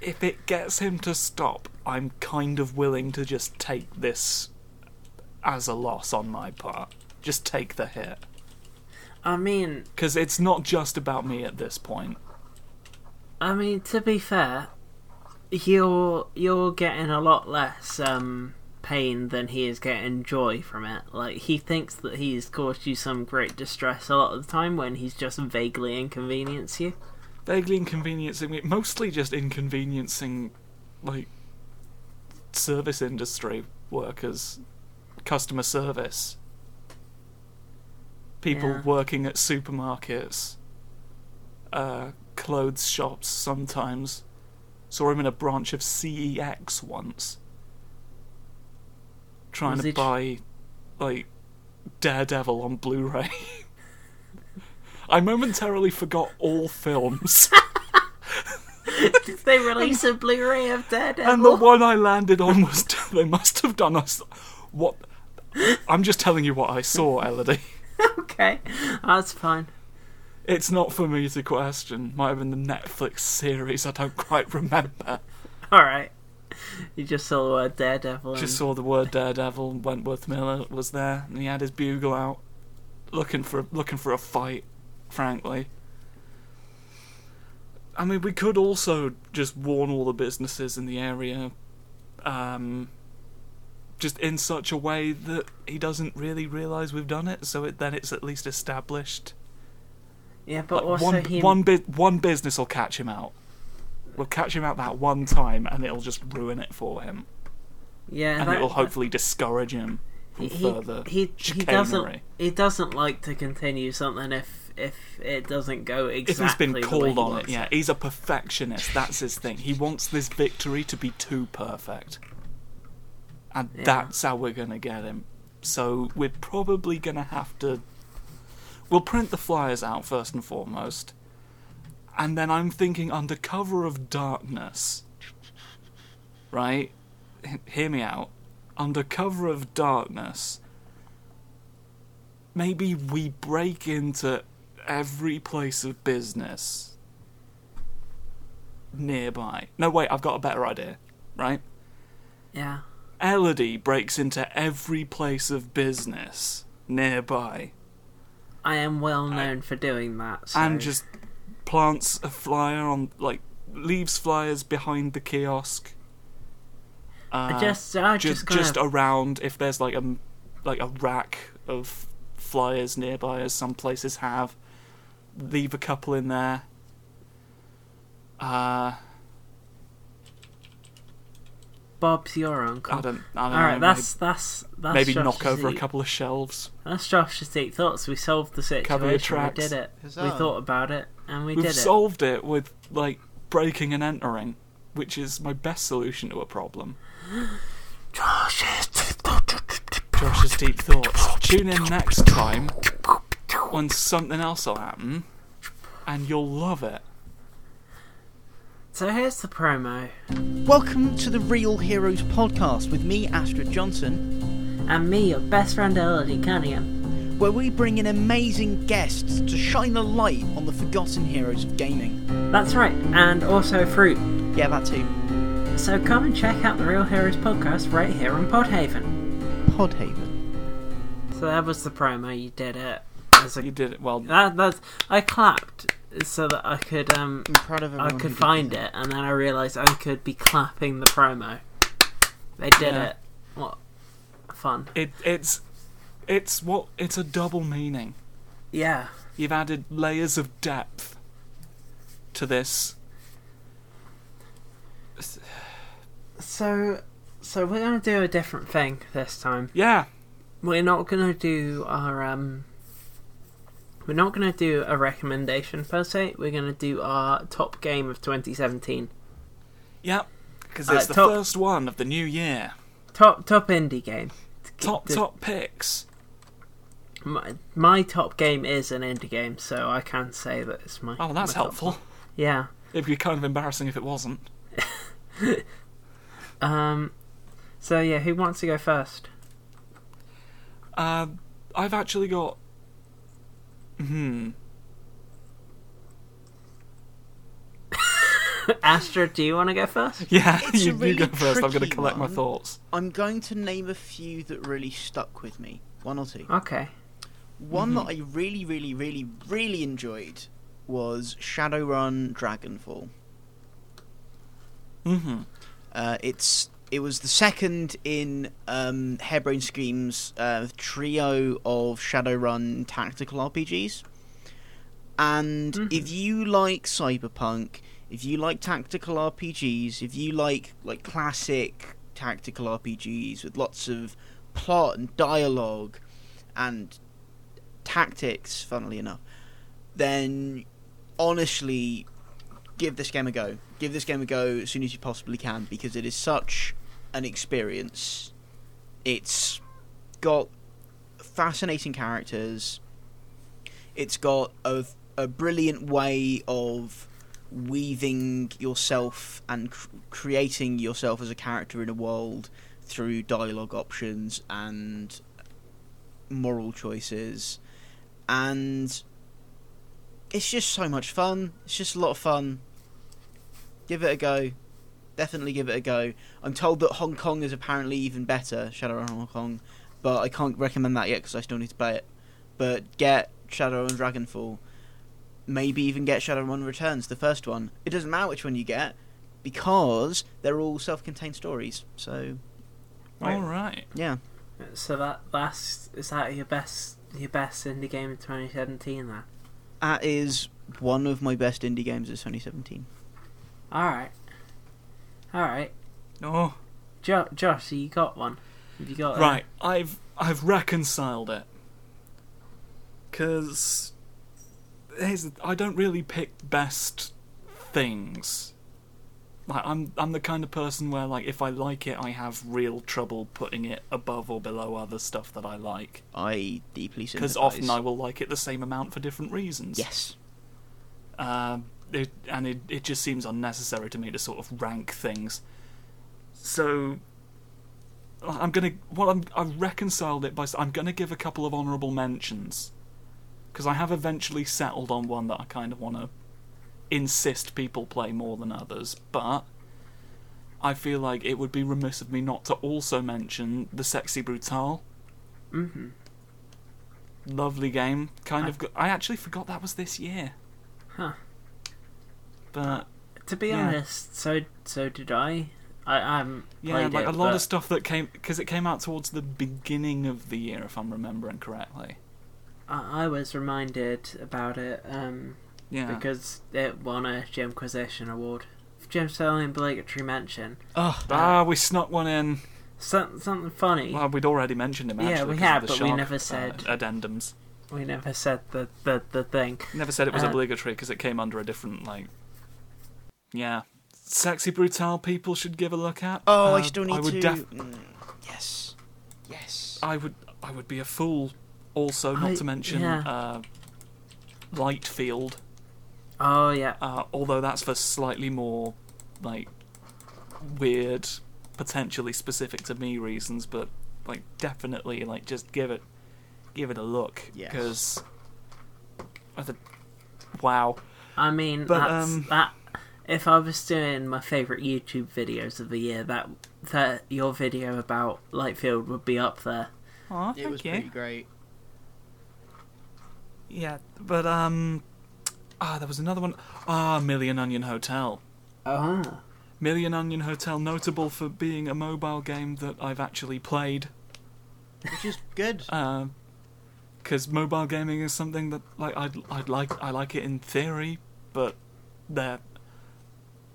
Speaker 2: If it gets him to stop, I'm kind of willing to just take this as a loss on my part. Just take the hit.
Speaker 3: I mean,
Speaker 2: Because it's not just about me at this point.
Speaker 3: I mean to be fair, you're you're getting a lot less um, pain than he is getting joy from it. Like he thinks that he's caused you some great distress a lot of the time when he's just vaguely inconvenienced you.
Speaker 2: Vaguely inconveniencing me, mostly just inconveniencing, like, service industry workers, customer service, people
Speaker 3: Yeah.
Speaker 2: working at supermarkets, uh, clothes shops sometimes. Saw him in a branch of CEX once. Trying
Speaker 3: Was
Speaker 2: to
Speaker 3: he tr-
Speaker 2: buy, like, Daredevil on Blu ray. I momentarily forgot all films.
Speaker 3: they release a Blu-ray of Daredevil.
Speaker 2: And the one I landed on was they must have done us what I'm just telling you what I saw, Elodie.
Speaker 3: okay, that's fine.
Speaker 2: It's not for me to question. Might have been the Netflix series, I don't quite remember.
Speaker 3: All right. You just saw the word Daredevil.
Speaker 2: Just
Speaker 3: and-
Speaker 2: saw the word Daredevil and Wentworth Miller was there and he had his bugle out looking for looking for a fight, frankly. I mean we could also just warn all the businesses in the area um just in such a way that he doesn't really realize we've done it, so it, then it's at least established.
Speaker 3: yeah, but
Speaker 2: Like,
Speaker 3: also
Speaker 2: one
Speaker 3: he
Speaker 2: one bu- one business will catch him out. We'll catch him out that one time, and it'll just ruin it for him
Speaker 3: yeah,
Speaker 2: and
Speaker 3: that-
Speaker 2: it will hopefully discourage him from further
Speaker 3: he, he
Speaker 2: chicanery.
Speaker 3: doesn't he doesn't like to continue something if if it doesn't go
Speaker 2: if
Speaker 3: exactly
Speaker 2: he's been
Speaker 3: the way
Speaker 2: called on
Speaker 3: he
Speaker 2: it,
Speaker 3: wants
Speaker 2: yeah, he's a perfectionist. That's his thing. He wants this victory to be too perfect, and
Speaker 3: Yeah.
Speaker 2: that's how we're gonna get him. So we're probably gonna have to. We'll print the flyers out first and foremost, and then I'm thinking under cover of darkness. Right, H- hear me out. Under cover of darkness, maybe we break into every place of business nearby. No, wait, I've got a better idea, right?
Speaker 3: yeah
Speaker 2: Elodie breaks into every place of business nearby
Speaker 3: I am well known for doing that so.
Speaker 2: and just plants a flyer on, like, leaves flyers behind the kiosk. Uh,
Speaker 3: I just I
Speaker 2: just
Speaker 3: just kind
Speaker 2: just
Speaker 3: of,
Speaker 2: around if there's like a m- like a rack of flyers nearby as some places have leave a couple in there uh
Speaker 3: Bob's your
Speaker 2: i
Speaker 3: uncle.
Speaker 2: don't i don't
Speaker 3: All right,
Speaker 2: know
Speaker 3: that's that's that's
Speaker 2: maybe, maybe
Speaker 3: Josh
Speaker 2: knock over a
Speaker 3: Shazique.
Speaker 2: couple of shelves
Speaker 3: That's Josh Shazique thoughts. We solved the
Speaker 2: Cover your
Speaker 3: situation. We
Speaker 2: tracks.
Speaker 3: did it. We
Speaker 4: Huzzah.
Speaker 3: thought about it and we
Speaker 2: we've
Speaker 3: did it.
Speaker 2: solved it with like breaking and entering which is my best solution to a problem josh's deep thoughts tune in next time when something else will happen and you'll love it
Speaker 3: So here's the promo.
Speaker 4: Welcome to the Real Heroes podcast with me, Astrid Johnson,
Speaker 3: And me, your best friend Elodie Cunningham.
Speaker 4: where we bring in amazing guests to shine a light on the forgotten heroes of gaming.
Speaker 3: That's right, and also fruit.
Speaker 4: Yeah, that too.
Speaker 3: So come and check out the Real Heroes podcast right here on Podhaven.
Speaker 4: Podhaven.
Speaker 3: So that was the promo. You did it. As
Speaker 2: you
Speaker 3: a,
Speaker 2: did it well
Speaker 3: that, that's, I clapped so that I could um
Speaker 4: I'm proud of
Speaker 3: I
Speaker 4: everyone. who
Speaker 3: could
Speaker 4: did
Speaker 3: find
Speaker 4: that.
Speaker 3: it, and then I realised I could be clapping the promo. They did
Speaker 2: Yeah.
Speaker 3: it. What fun!
Speaker 2: It it's it's what it's a double meaning.
Speaker 3: Yeah,
Speaker 2: You've added layers of depth to this.
Speaker 3: So, so we're gonna do a different thing this time.
Speaker 2: Yeah,
Speaker 3: We're not gonna do our um. We're not gonna do a recommendation per se. We're gonna do our top game of 2017,
Speaker 2: yeah, because
Speaker 3: Uh,
Speaker 2: it's the
Speaker 3: top-
Speaker 2: first one of the new year.
Speaker 3: top top indie game.
Speaker 2: Top
Speaker 3: The-
Speaker 2: top picks.
Speaker 3: My, my top game is an indie game, so I can say that it's my.
Speaker 2: Oh, that's
Speaker 3: my top
Speaker 2: helpful.
Speaker 3: one. Yeah.
Speaker 2: It'd be kind of embarrassing if it wasn't.
Speaker 3: Um. So yeah, who wants to go first?
Speaker 2: Uh, I've actually got. Hmm.
Speaker 3: Astra, do you want to go first?
Speaker 2: Yeah,
Speaker 4: It's a
Speaker 2: you, you go
Speaker 4: really
Speaker 2: first. I'm going
Speaker 4: tricky
Speaker 2: to collect my
Speaker 4: one.
Speaker 2: thoughts.
Speaker 4: I'm going to name a few that really stuck with me. One or two.
Speaker 3: Okay.
Speaker 4: One
Speaker 3: Mm-hmm.
Speaker 4: that I really, really, really, really enjoyed was Shadowrun Dragonfall.
Speaker 2: hmm
Speaker 4: Uh, it's it was the second in um, Hairbrain Scheme's uh, trio of Shadowrun tactical RPGs. And if you like cyberpunk, if you like tactical RPGs, if you like like classic tactical RPGs with lots of plot and dialogue and tactics, funnily enough, then honestly, give this game a go. Give this game a go as soon as you possibly can because it is such an experience. It's got fascinating characters. It's got a, a brilliant way of weaving yourself and cr- creating yourself as a character in a world through dialogue options and moral choices. And it's just so much fun. It's just a lot of fun. Give it a go. Definitely give it a go. I'm told that Hong Kong is apparently even better, Shadowrun Hong Kong, but I can't recommend that yet because I still need to play it. But get Shadowrun Dragonfall. Maybe even get Shadowrun Returns, the first one. It doesn't matter which one you get because they're all self-contained stories. So
Speaker 3: Right.
Speaker 2: All right.
Speaker 4: yeah,
Speaker 3: So that last is that your best your best indie game of 2017 then?
Speaker 4: that is one of my best indie games of 2017.
Speaker 3: All right. All right.
Speaker 2: Oh,
Speaker 3: Jo- Josh, you got one. Have you
Speaker 4: Uh,
Speaker 3: got a-
Speaker 2: right. I've I've reconciled it. Cause here's the- I don't really pick best things. Like I'm I'm the kind of person where like if I like it, I have real trouble putting it above or below other stuff that I like.
Speaker 4: I deeply sympathise.
Speaker 2: Because often I will like it the same amount for different reasons.
Speaker 4: yes.
Speaker 2: Um, it, and it, it just seems unnecessary to me to sort of rank things. So I'm gonna well I'm, I've reconciled it by s- I'm gonna give a couple of honourable mentions because I have eventually settled on one that I kind of want to insist people play more than others, but I feel like it would be remiss of me not to also mention the sexy brutal.
Speaker 3: Mhm.
Speaker 2: Lovely game. Kind of. Go- I actually forgot that was this year.
Speaker 3: Huh.
Speaker 2: But
Speaker 3: To be
Speaker 2: Yeah.
Speaker 3: honest, so so did I. I I haven't
Speaker 2: yeah,
Speaker 3: played
Speaker 2: like
Speaker 3: it,
Speaker 2: a lot
Speaker 3: but-
Speaker 2: of stuff that came because it came out towards the beginning of the year, if I'm remembering correctly.
Speaker 3: I, I was reminded about it um,
Speaker 2: Yeah.
Speaker 3: because it won a Gemquisition award, Gemstone obligatory mention.
Speaker 4: Oh,
Speaker 2: ah, we snuck one in.
Speaker 3: Some, something funny.
Speaker 2: Well, we'd already mentioned him.
Speaker 3: Yeah,
Speaker 2: Actually,
Speaker 3: we
Speaker 2: 'cause
Speaker 3: had,
Speaker 2: of the
Speaker 3: but we
Speaker 2: shark,
Speaker 3: never
Speaker 2: uh,
Speaker 3: said.
Speaker 2: addendums.
Speaker 3: we never said the the, the thing.
Speaker 2: Never said it was
Speaker 3: Uh,
Speaker 2: obligatory because it came under a different like. Yeah, sexy brutal people should give a look at.
Speaker 4: Oh,
Speaker 2: Uh,
Speaker 4: I still need
Speaker 2: I would
Speaker 4: to.
Speaker 2: def- Oh,
Speaker 4: Mm, yes, yes.
Speaker 2: I would I would be a fool. Also, not
Speaker 3: I-
Speaker 2: to mention
Speaker 3: yeah.
Speaker 2: uh, Lightfield,
Speaker 3: Oh yeah,
Speaker 2: uh, although that's for slightly more like weird, potentially specific to me reasons, but like definitely like just give it give it a look
Speaker 4: Yes.
Speaker 2: because wow
Speaker 3: I mean
Speaker 2: But,
Speaker 3: that's
Speaker 2: um,
Speaker 3: that. If I was doing my favorite YouTube videos of the year, that that your video about Lightfield would be up there.
Speaker 2: Aw,
Speaker 4: it was
Speaker 2: thank you.
Speaker 4: pretty great.
Speaker 2: Yeah, but um, ah, there was another one. Ah, Million Onion Hotel. Uh-huh.
Speaker 3: Oh,
Speaker 2: Million Onion Hotel, notable for being a mobile game that I've actually played,
Speaker 4: Which is good.
Speaker 2: because Uh, mobile gaming is something that like I'd I'd like I like it in theory, but that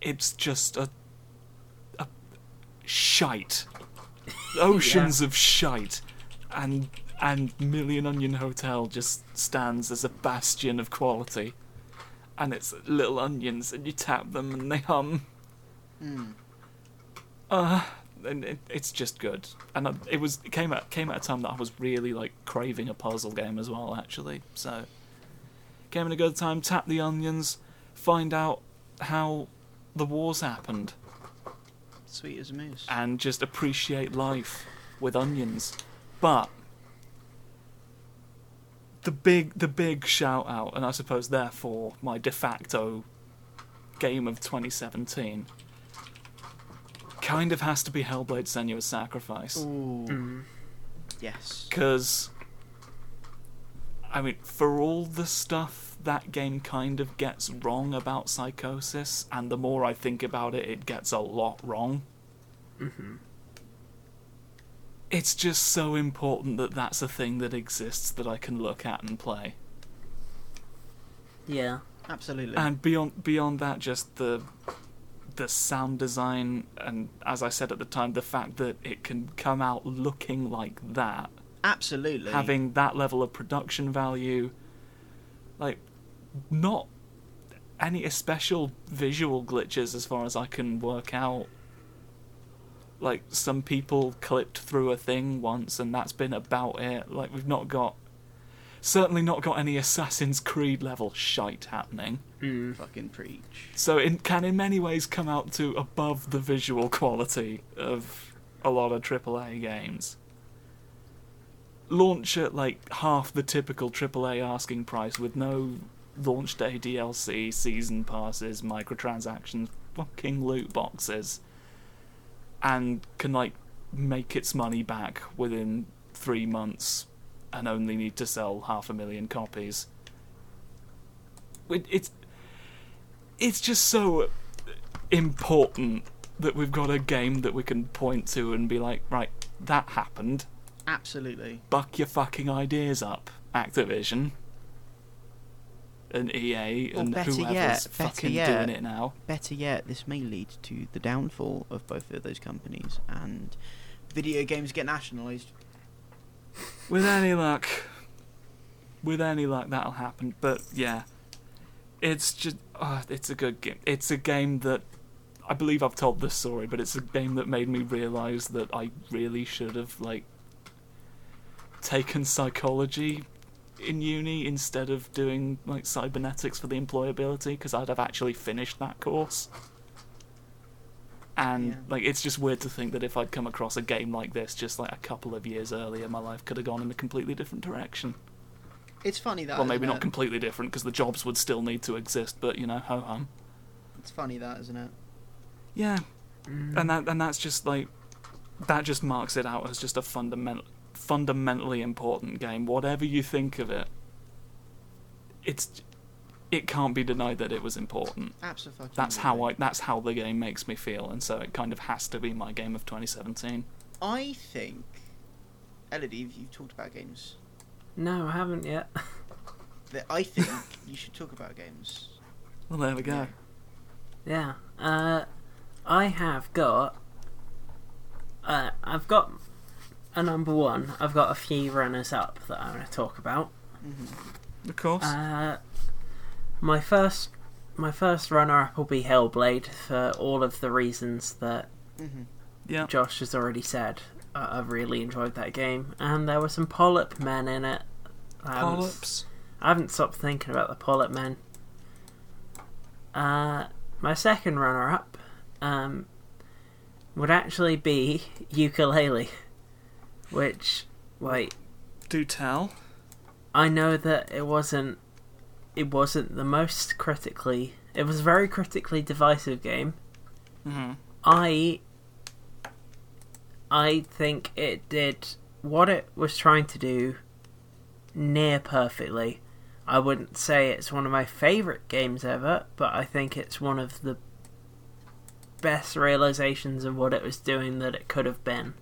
Speaker 2: it's just a a shite, oceans of shite, and and Million Onion Hotel just stands as a bastion of quality, and it's little onions and you tap them and they hum. Uh, and it, it's just good. And I, it was it came at came at a time that I was really like craving a puzzle game as well, actually. So came at a good time. Tap the onions, find out how the wars happened,
Speaker 4: Sweet as a moose.
Speaker 2: and just appreciate life with onions. But the big the big shout out, and I suppose therefore my de facto game of 2017 kind of has to be Hellblade Senua's Sacrifice
Speaker 4: Ooh,
Speaker 3: Mm.
Speaker 4: yes.
Speaker 2: because I mean, for all the stuff that game kind of gets wrong about psychosis, and the more I think about it, it gets a lot wrong. It's just so important that that's a thing that exists that I can look at and play.
Speaker 3: Yeah.
Speaker 4: Absolutely.
Speaker 2: And beyond beyond that, just the the sound design, and as I said at the time, the fact that it can come out looking like that
Speaker 4: Absolutely.
Speaker 2: having that level of production value like not any special visual glitches as far as i can work out like some people clipped through a thing once and that's been about it like we've not got certainly not got any assassin's creed level shite happening
Speaker 3: Mm.
Speaker 4: fucking preach.
Speaker 2: so it can in many ways come out to above the visual quality of a lot of AAA games. Launch at like half the typical AAA asking price with no launch day DLC, season passes, microtransactions, fucking loot boxes, and can like make its money back within three months and only need to sell half a million copies. It, it's it's just so important that we've got a game that we can point to and be like, right, that happened.
Speaker 4: Absolutely.
Speaker 2: Buck your fucking ideas up, Activision. And EA
Speaker 4: Or
Speaker 2: and
Speaker 4: better
Speaker 2: whoever's
Speaker 4: yet, better
Speaker 2: fucking
Speaker 4: yet,
Speaker 2: doing it now.
Speaker 4: Better yet, this may lead to the downfall of both of those companies and video games get nationalised.
Speaker 2: With any luck, with any luck, that'll happen. But yeah, it's just uh, it's a good game. It's a game that I believe I've told this story, but it's a game that made me realise that I really should have like taken psychology in uni instead of doing like cybernetics for the employability because I'd have actually finished that course. And
Speaker 4: Yeah.
Speaker 2: like it's just weird to think that if I'd come across a game like this just like a couple of years earlier, my life could have gone in a completely different direction.
Speaker 4: It's funny that
Speaker 2: well, maybe
Speaker 4: isn't
Speaker 2: not
Speaker 4: it?
Speaker 2: completely different because the jobs would still need to exist, but you know, ho hum.
Speaker 4: It's funny that, isn't it?
Speaker 2: Yeah,
Speaker 3: Mm.
Speaker 2: and that and that's just like that just marks it out as just a fundamental fundamentally important game whatever you think of it it's it can't be denied that it was important
Speaker 4: Absolutely.
Speaker 2: that's how i that's how the game makes me feel and so it kind of has to be my game of 2017
Speaker 4: I think. Elodie, you've you've talked about games.
Speaker 3: No, I haven't yet.
Speaker 4: That I think you should talk about games.
Speaker 2: well there we go
Speaker 4: Yeah.
Speaker 3: Yeah. Uh, I have got. Uh, I've got a number one. I've got a few runners up that I'm going to talk about.
Speaker 2: of course
Speaker 3: Uh, my first, my first runner up will be Hellblade for all of the reasons that
Speaker 4: Mm-hmm.
Speaker 2: yeah
Speaker 3: Josh has already said. I I really enjoyed that game, and there were some polyp men in it. Um, I haven't s-
Speaker 2: polyps
Speaker 3: I haven't stopped thinking about the polyp men. Uh, my second runner up um, would actually be ukulele, which, like,
Speaker 2: do tell
Speaker 3: I know that it wasn't, it wasn't the most critically. It was a very critically divisive game.
Speaker 2: hmm
Speaker 3: I, I think it did what it was trying to do near perfectly. I wouldn't say it's one of my favourite games ever, but I think it's one of the best realizations of what it was doing that it could have been.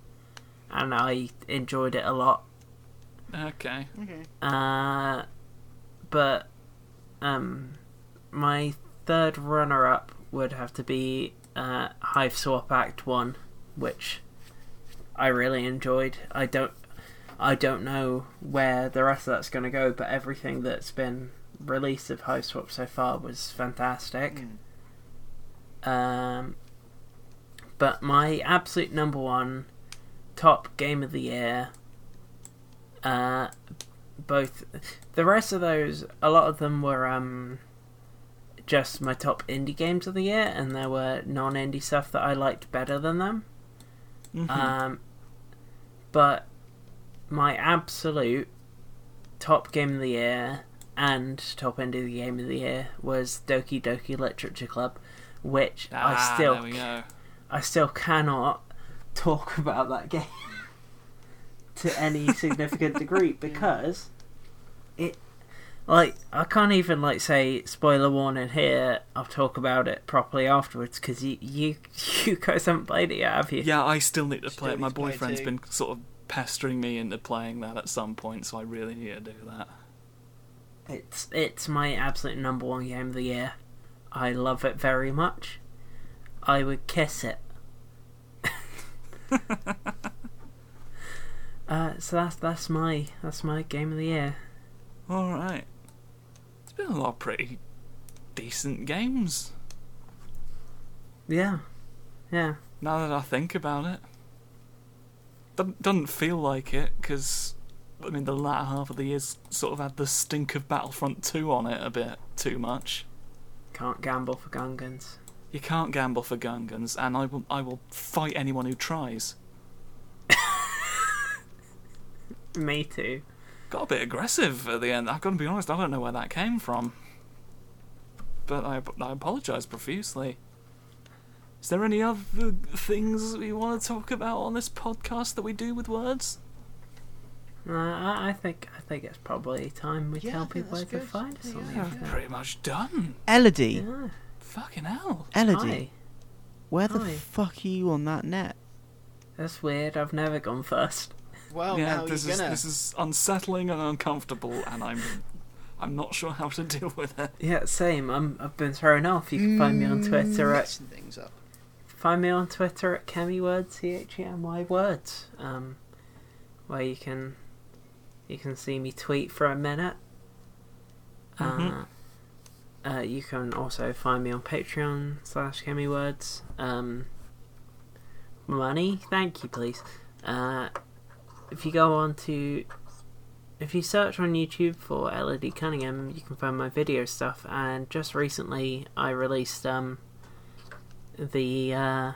Speaker 3: And I enjoyed it a lot.
Speaker 2: okay
Speaker 4: Okay.
Speaker 3: Uh, but um, my third runner up would have to be uh, Hive Swap Act One, which I really enjoyed. I don't, I don't know where the rest of that's going to go, but everything that's been released of Hive Swap so far was fantastic. Um, But my absolute number one top game of the year. Uh, both the rest of those, a lot of them were um, just my top indie games of the year, and there were non-indie stuff that I liked better than them.
Speaker 2: Mm-hmm.
Speaker 3: Um, but my absolute top game of the year and top indie game of the year was Doki Doki Literature Club, which
Speaker 2: Ah,
Speaker 3: I still
Speaker 2: There we go.
Speaker 3: I still cannot talk about that game to any significant degree because it like I can't even like say spoiler warning here. I'll talk about it properly afterwards because you you you guys haven't played it yet, have you?
Speaker 2: Yeah, I still need to play it.
Speaker 6: need
Speaker 2: My
Speaker 6: to play it
Speaker 2: boyfriend's
Speaker 6: too.
Speaker 2: been sort of pestering me into playing that at some point, so I really need to do that.
Speaker 3: It's it's my absolute number one game of the year. I love it very much. I would kiss it. uh, so that's that's my that's my game of the year.
Speaker 2: All right. It's been a lot of pretty decent games.
Speaker 3: Yeah, yeah.
Speaker 2: Now that I think about it, doesn't, doesn't feel like it because I mean the latter half of the year's sort of had the stink of Battlefront Two on it a bit too much.
Speaker 3: Can't gamble for Gungans.
Speaker 2: You can't gamble for Gungans, and I will I will fight anyone who tries.
Speaker 3: Me too.
Speaker 2: Got a bit aggressive at the end. I've got to be honest. I don't know where that came from, but I I apologise profusely. Is there any other things we want to talk about on this podcast that we do with words?
Speaker 3: Uh, I, I think I think it's probably time we
Speaker 6: Yeah, I
Speaker 3: tell
Speaker 6: think
Speaker 3: people where
Speaker 6: that's
Speaker 3: to
Speaker 6: good.
Speaker 3: find us on the
Speaker 6: Yeah.
Speaker 3: internet.
Speaker 2: Pretty much done.
Speaker 3: Yeah.
Speaker 4: Elodie,
Speaker 2: Fucking hell.
Speaker 4: Elodie,
Speaker 3: Hi.
Speaker 4: where the
Speaker 3: Hi.
Speaker 4: fuck are you on that net?
Speaker 3: That's weird. I've never gone first.
Speaker 6: Well,
Speaker 2: yeah,
Speaker 6: Oh, now
Speaker 2: this
Speaker 6: you're
Speaker 2: is
Speaker 6: gonna.
Speaker 2: this is unsettling and uncomfortable, and I'm I'm not sure how to deal with it.
Speaker 3: Yeah, same. I'm, I've been thrown off. You can find me on
Speaker 6: Mm.
Speaker 3: Twitter at
Speaker 6: mixing things up.
Speaker 3: Find me on Twitter at KemiWords, C H E M Y Words, um, where you can you can see me tweet for a minute.
Speaker 2: Mhm.
Speaker 3: Uh, uh, you can also find me on Patreon slash KemiWords. Um, money, thank you, please. Uh, if you go on to if you search on YouTube for Elodie Cunningham, you can find my video stuff. And just recently, I released um the uh,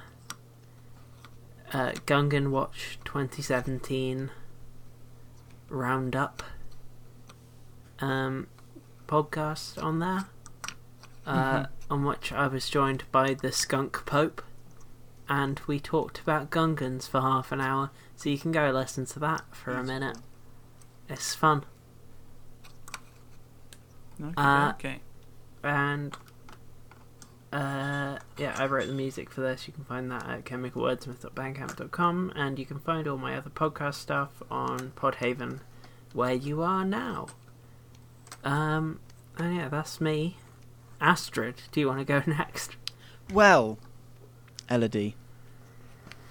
Speaker 3: uh, Gungan Watch 2017 roundup um, podcast on there, uh, on which I was joined by the Skunk Pope, and we talked about Gungans for half an hour. So you can go listen to that for a minute. It's fun.
Speaker 2: Okay.
Speaker 3: Uh,
Speaker 2: okay.
Speaker 3: and uh, yeah, I wrote the music for this. You can find that at chemicalwordsmith.bandcamp.com, and you can find all my other podcast stuff on Podhaven, where you are now. Um, and yeah, that's me. Astrid, do you want to go next?
Speaker 4: Well, Elodie,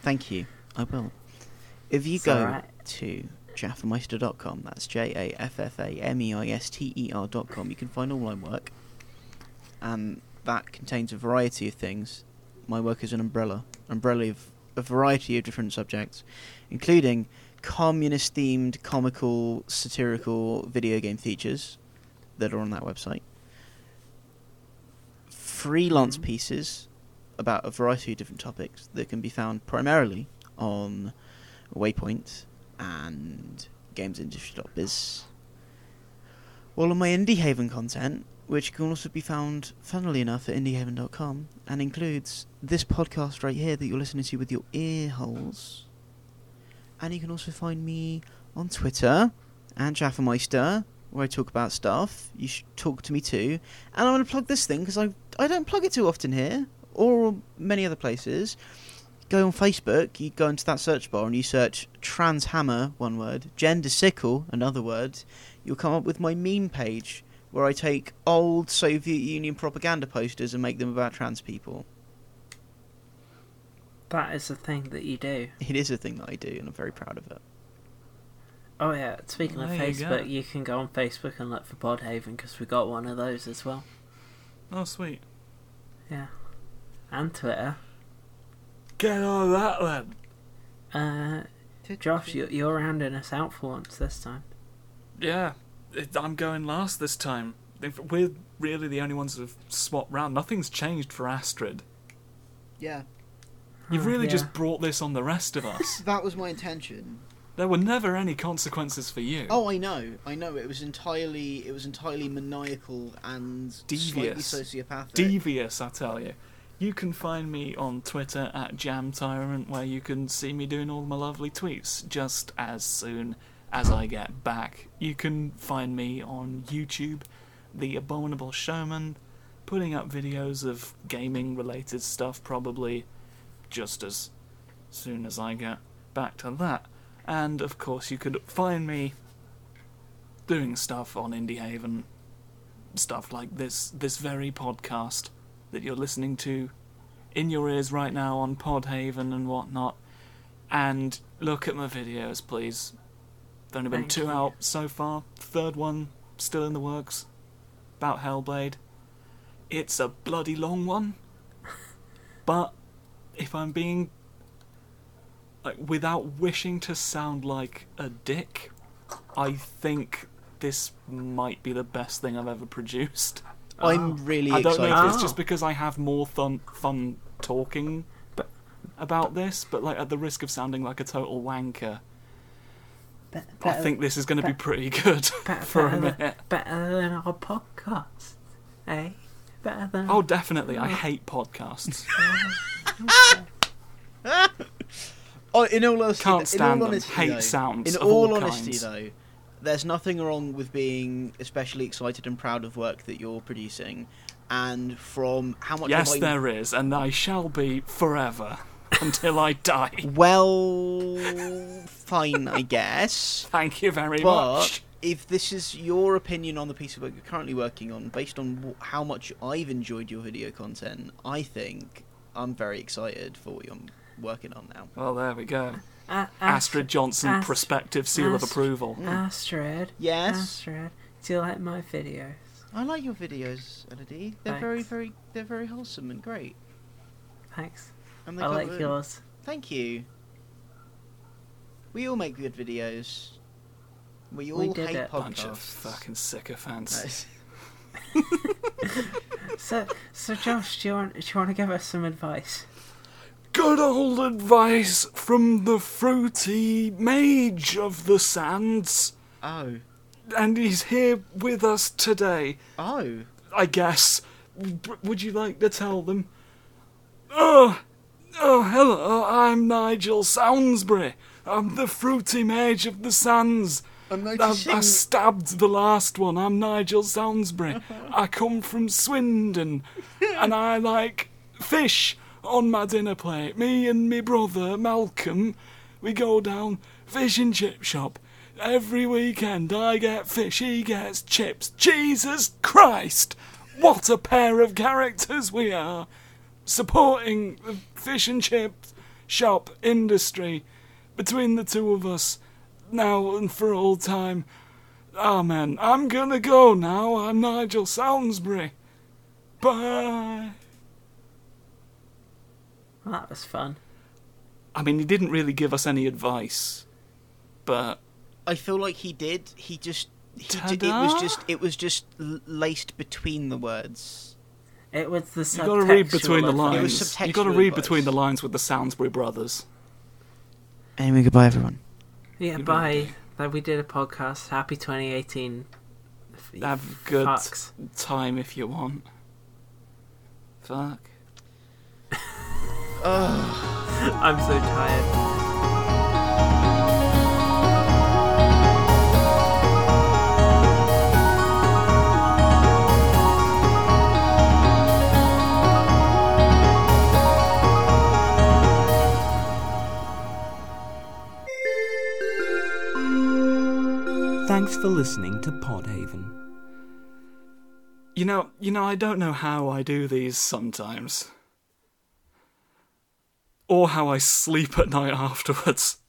Speaker 4: thank you. I will. If you
Speaker 3: It's
Speaker 4: go
Speaker 3: alright.
Speaker 4: to jaffameister.com, that's J A F F A M E I S T E R.com, you can find all my work. And that contains a variety of things. My work is an umbrella, umbrella of a variety of different subjects, including communist themed, comical, satirical video game features that are on that website, freelance pieces about a variety of different topics that can be found primarily on Waypoint and gamesindustry.biz. All of my Indie Haven content, which can also be found, funnily enough, at indiehaven.com, and includes this podcast right here that you're listening to with your ear holes. And you can also find me on Twitter and Jaffameister, where I talk about stuff. You should talk to me too. And I'm going to plug this thing because I, I don't plug it too often here or many other places. Go on Facebook, you go into that search bar and you search trans hammer, one word, gender sickle, another word. You'll come up with my meme page where I take old Soviet Union propaganda posters and make them about trans people.
Speaker 3: That is the thing that you do.
Speaker 4: It is a thing that I do and I'm very proud of it.
Speaker 3: Oh yeah, speaking of
Speaker 2: There you go.
Speaker 3: Facebook, you, can go on Facebook and look for Podhaven because we got one of those as well,
Speaker 2: Oh, sweet.
Speaker 3: and Twitter.
Speaker 2: Get on that then.
Speaker 3: Uh, Josh, you're, you're rounding us out for once this time.
Speaker 2: Yeah, it- I'm going last this time. If- We're really the only ones who've swapped round. Nothing's changed for Astrid.
Speaker 4: Yeah,
Speaker 2: You've
Speaker 3: Oh,
Speaker 2: really
Speaker 3: yeah.
Speaker 2: just brought this on the rest of us.
Speaker 4: that was my intention.
Speaker 2: there were never any consequences for you.
Speaker 4: Oh, I know, I know. It was entirely, it was entirely maniacal and
Speaker 2: Devious.
Speaker 4: slightly sociopathic.
Speaker 2: Devious, I tell you. You can find me on Twitter at JamTyrant, where you can see me doing all my lovely tweets just as soon as I get back. You can find me on YouTube, The Abominable Showman, putting up videos of gaming related stuff probably just as soon as I get back to that. And of course, you could find me doing stuff on Indie Haven, stuff like this this very podcast that you're listening to in your ears right now on Podhaven and whatnot. And look at my videos, please. There've only been
Speaker 3: Thank
Speaker 2: two
Speaker 3: you.
Speaker 2: out so far. Third one still in the works. About Hellblade. It's a bloody long one. But if I'm being like without wishing to sound like a dick, I think this might be the best thing I've ever produced.
Speaker 4: I'm really
Speaker 2: I don't
Speaker 4: excited.
Speaker 2: know if it's
Speaker 3: Oh.
Speaker 2: just because I have more fun fun talking
Speaker 3: But-
Speaker 2: about this, but like at the risk of sounding like a total wanker, I think this is going to be
Speaker 3: better-
Speaker 2: pretty good
Speaker 3: better,
Speaker 2: for a
Speaker 3: better
Speaker 2: minute.
Speaker 3: Than, better than our podcast, eh? Better than.
Speaker 2: Oh, definitely. I hate podcasts.
Speaker 4: Oh, in all honesty,
Speaker 2: Can't
Speaker 4: in all
Speaker 2: stand them.
Speaker 4: honesty,
Speaker 2: Hate
Speaker 4: though,
Speaker 2: sounds
Speaker 4: In
Speaker 2: of
Speaker 4: all,
Speaker 2: all
Speaker 4: honesty,
Speaker 2: kinds.
Speaker 4: though, there's nothing wrong with being especially excited and proud of work that you're producing, and from how much
Speaker 2: yes,
Speaker 4: have I...
Speaker 2: there is, and I shall be forever until I die.
Speaker 4: Well, fine, I guess.
Speaker 2: Thank you very
Speaker 4: But
Speaker 2: much.
Speaker 4: if this is your opinion on the piece of work you're currently working on, based on wh- how much I've enjoyed your video content, I think I'm very excited for what you're working on now.
Speaker 2: Well, there we go.
Speaker 3: A-
Speaker 2: Astrid Johnson
Speaker 3: Ast-
Speaker 2: prospective seal of
Speaker 3: Ast-
Speaker 2: approval.
Speaker 3: Astrid.
Speaker 4: Yes?
Speaker 3: Astrid, do you like my videos?
Speaker 4: I like your videos, Elodie. They're very,
Speaker 3: Thanks.
Speaker 4: very, they're very wholesome and great.
Speaker 3: Thanks.
Speaker 4: And they
Speaker 3: I like
Speaker 4: cover-
Speaker 3: yours.
Speaker 4: Thank you. We all make good videos. We all
Speaker 3: We did
Speaker 4: hate
Speaker 3: it.
Speaker 4: podcasts.
Speaker 2: Bunch of fucking sycophants.
Speaker 4: Nice.
Speaker 3: So, so Josh, do you want do you want to give us some advice?
Speaker 2: Good old advice from the fruity mage of the sands,
Speaker 4: Oh,
Speaker 2: and he's here with us today,
Speaker 4: oh,
Speaker 2: I guess. W- Would you like to tell them? Oh, oh, hello, I'm Nigel Soundsbury. I'm the fruity mage of the sands.
Speaker 4: I'm
Speaker 2: I,
Speaker 4: noticing.
Speaker 2: I stabbed the last one. I'm Nigel Salisbury. I come from Swindon, and I like fish on my dinner plate. Me and me brother Malcolm, we go down fish and chip shop every weekend. I get fish, he gets chips. Jesus Christ! What a pair of characters we are, supporting the fish and chip shop industry between the two of us now and for all time. Amen. Ah, I'm gonna go now. I'm Nigel Salisbury. Bye.
Speaker 3: Well, that was fun.
Speaker 2: I mean, he didn't really give us any advice, but
Speaker 4: I feel like he did. He just. He ju- it
Speaker 2: Ta-da!
Speaker 4: was just. It was just l- laced between the words.
Speaker 3: It was the
Speaker 2: you got to read
Speaker 3: subtextual
Speaker 2: between the
Speaker 3: advice.
Speaker 4: It was
Speaker 2: lines. You got to
Speaker 4: subtextual
Speaker 2: read
Speaker 4: advice.
Speaker 2: between the lines with the Salisbury brothers.
Speaker 5: Anyway, goodbye, everyone.
Speaker 3: Yeah,
Speaker 2: You
Speaker 3: bye. That we did a podcast. Happy 2018. F-
Speaker 2: Have a good
Speaker 3: fucks.
Speaker 2: time if you want. Fuck.
Speaker 3: I'm so tired.
Speaker 1: Thanks for listening to Podhaven.
Speaker 2: You know, you know, I don't know how I do these sometimes, or how I sleep at night afterwards.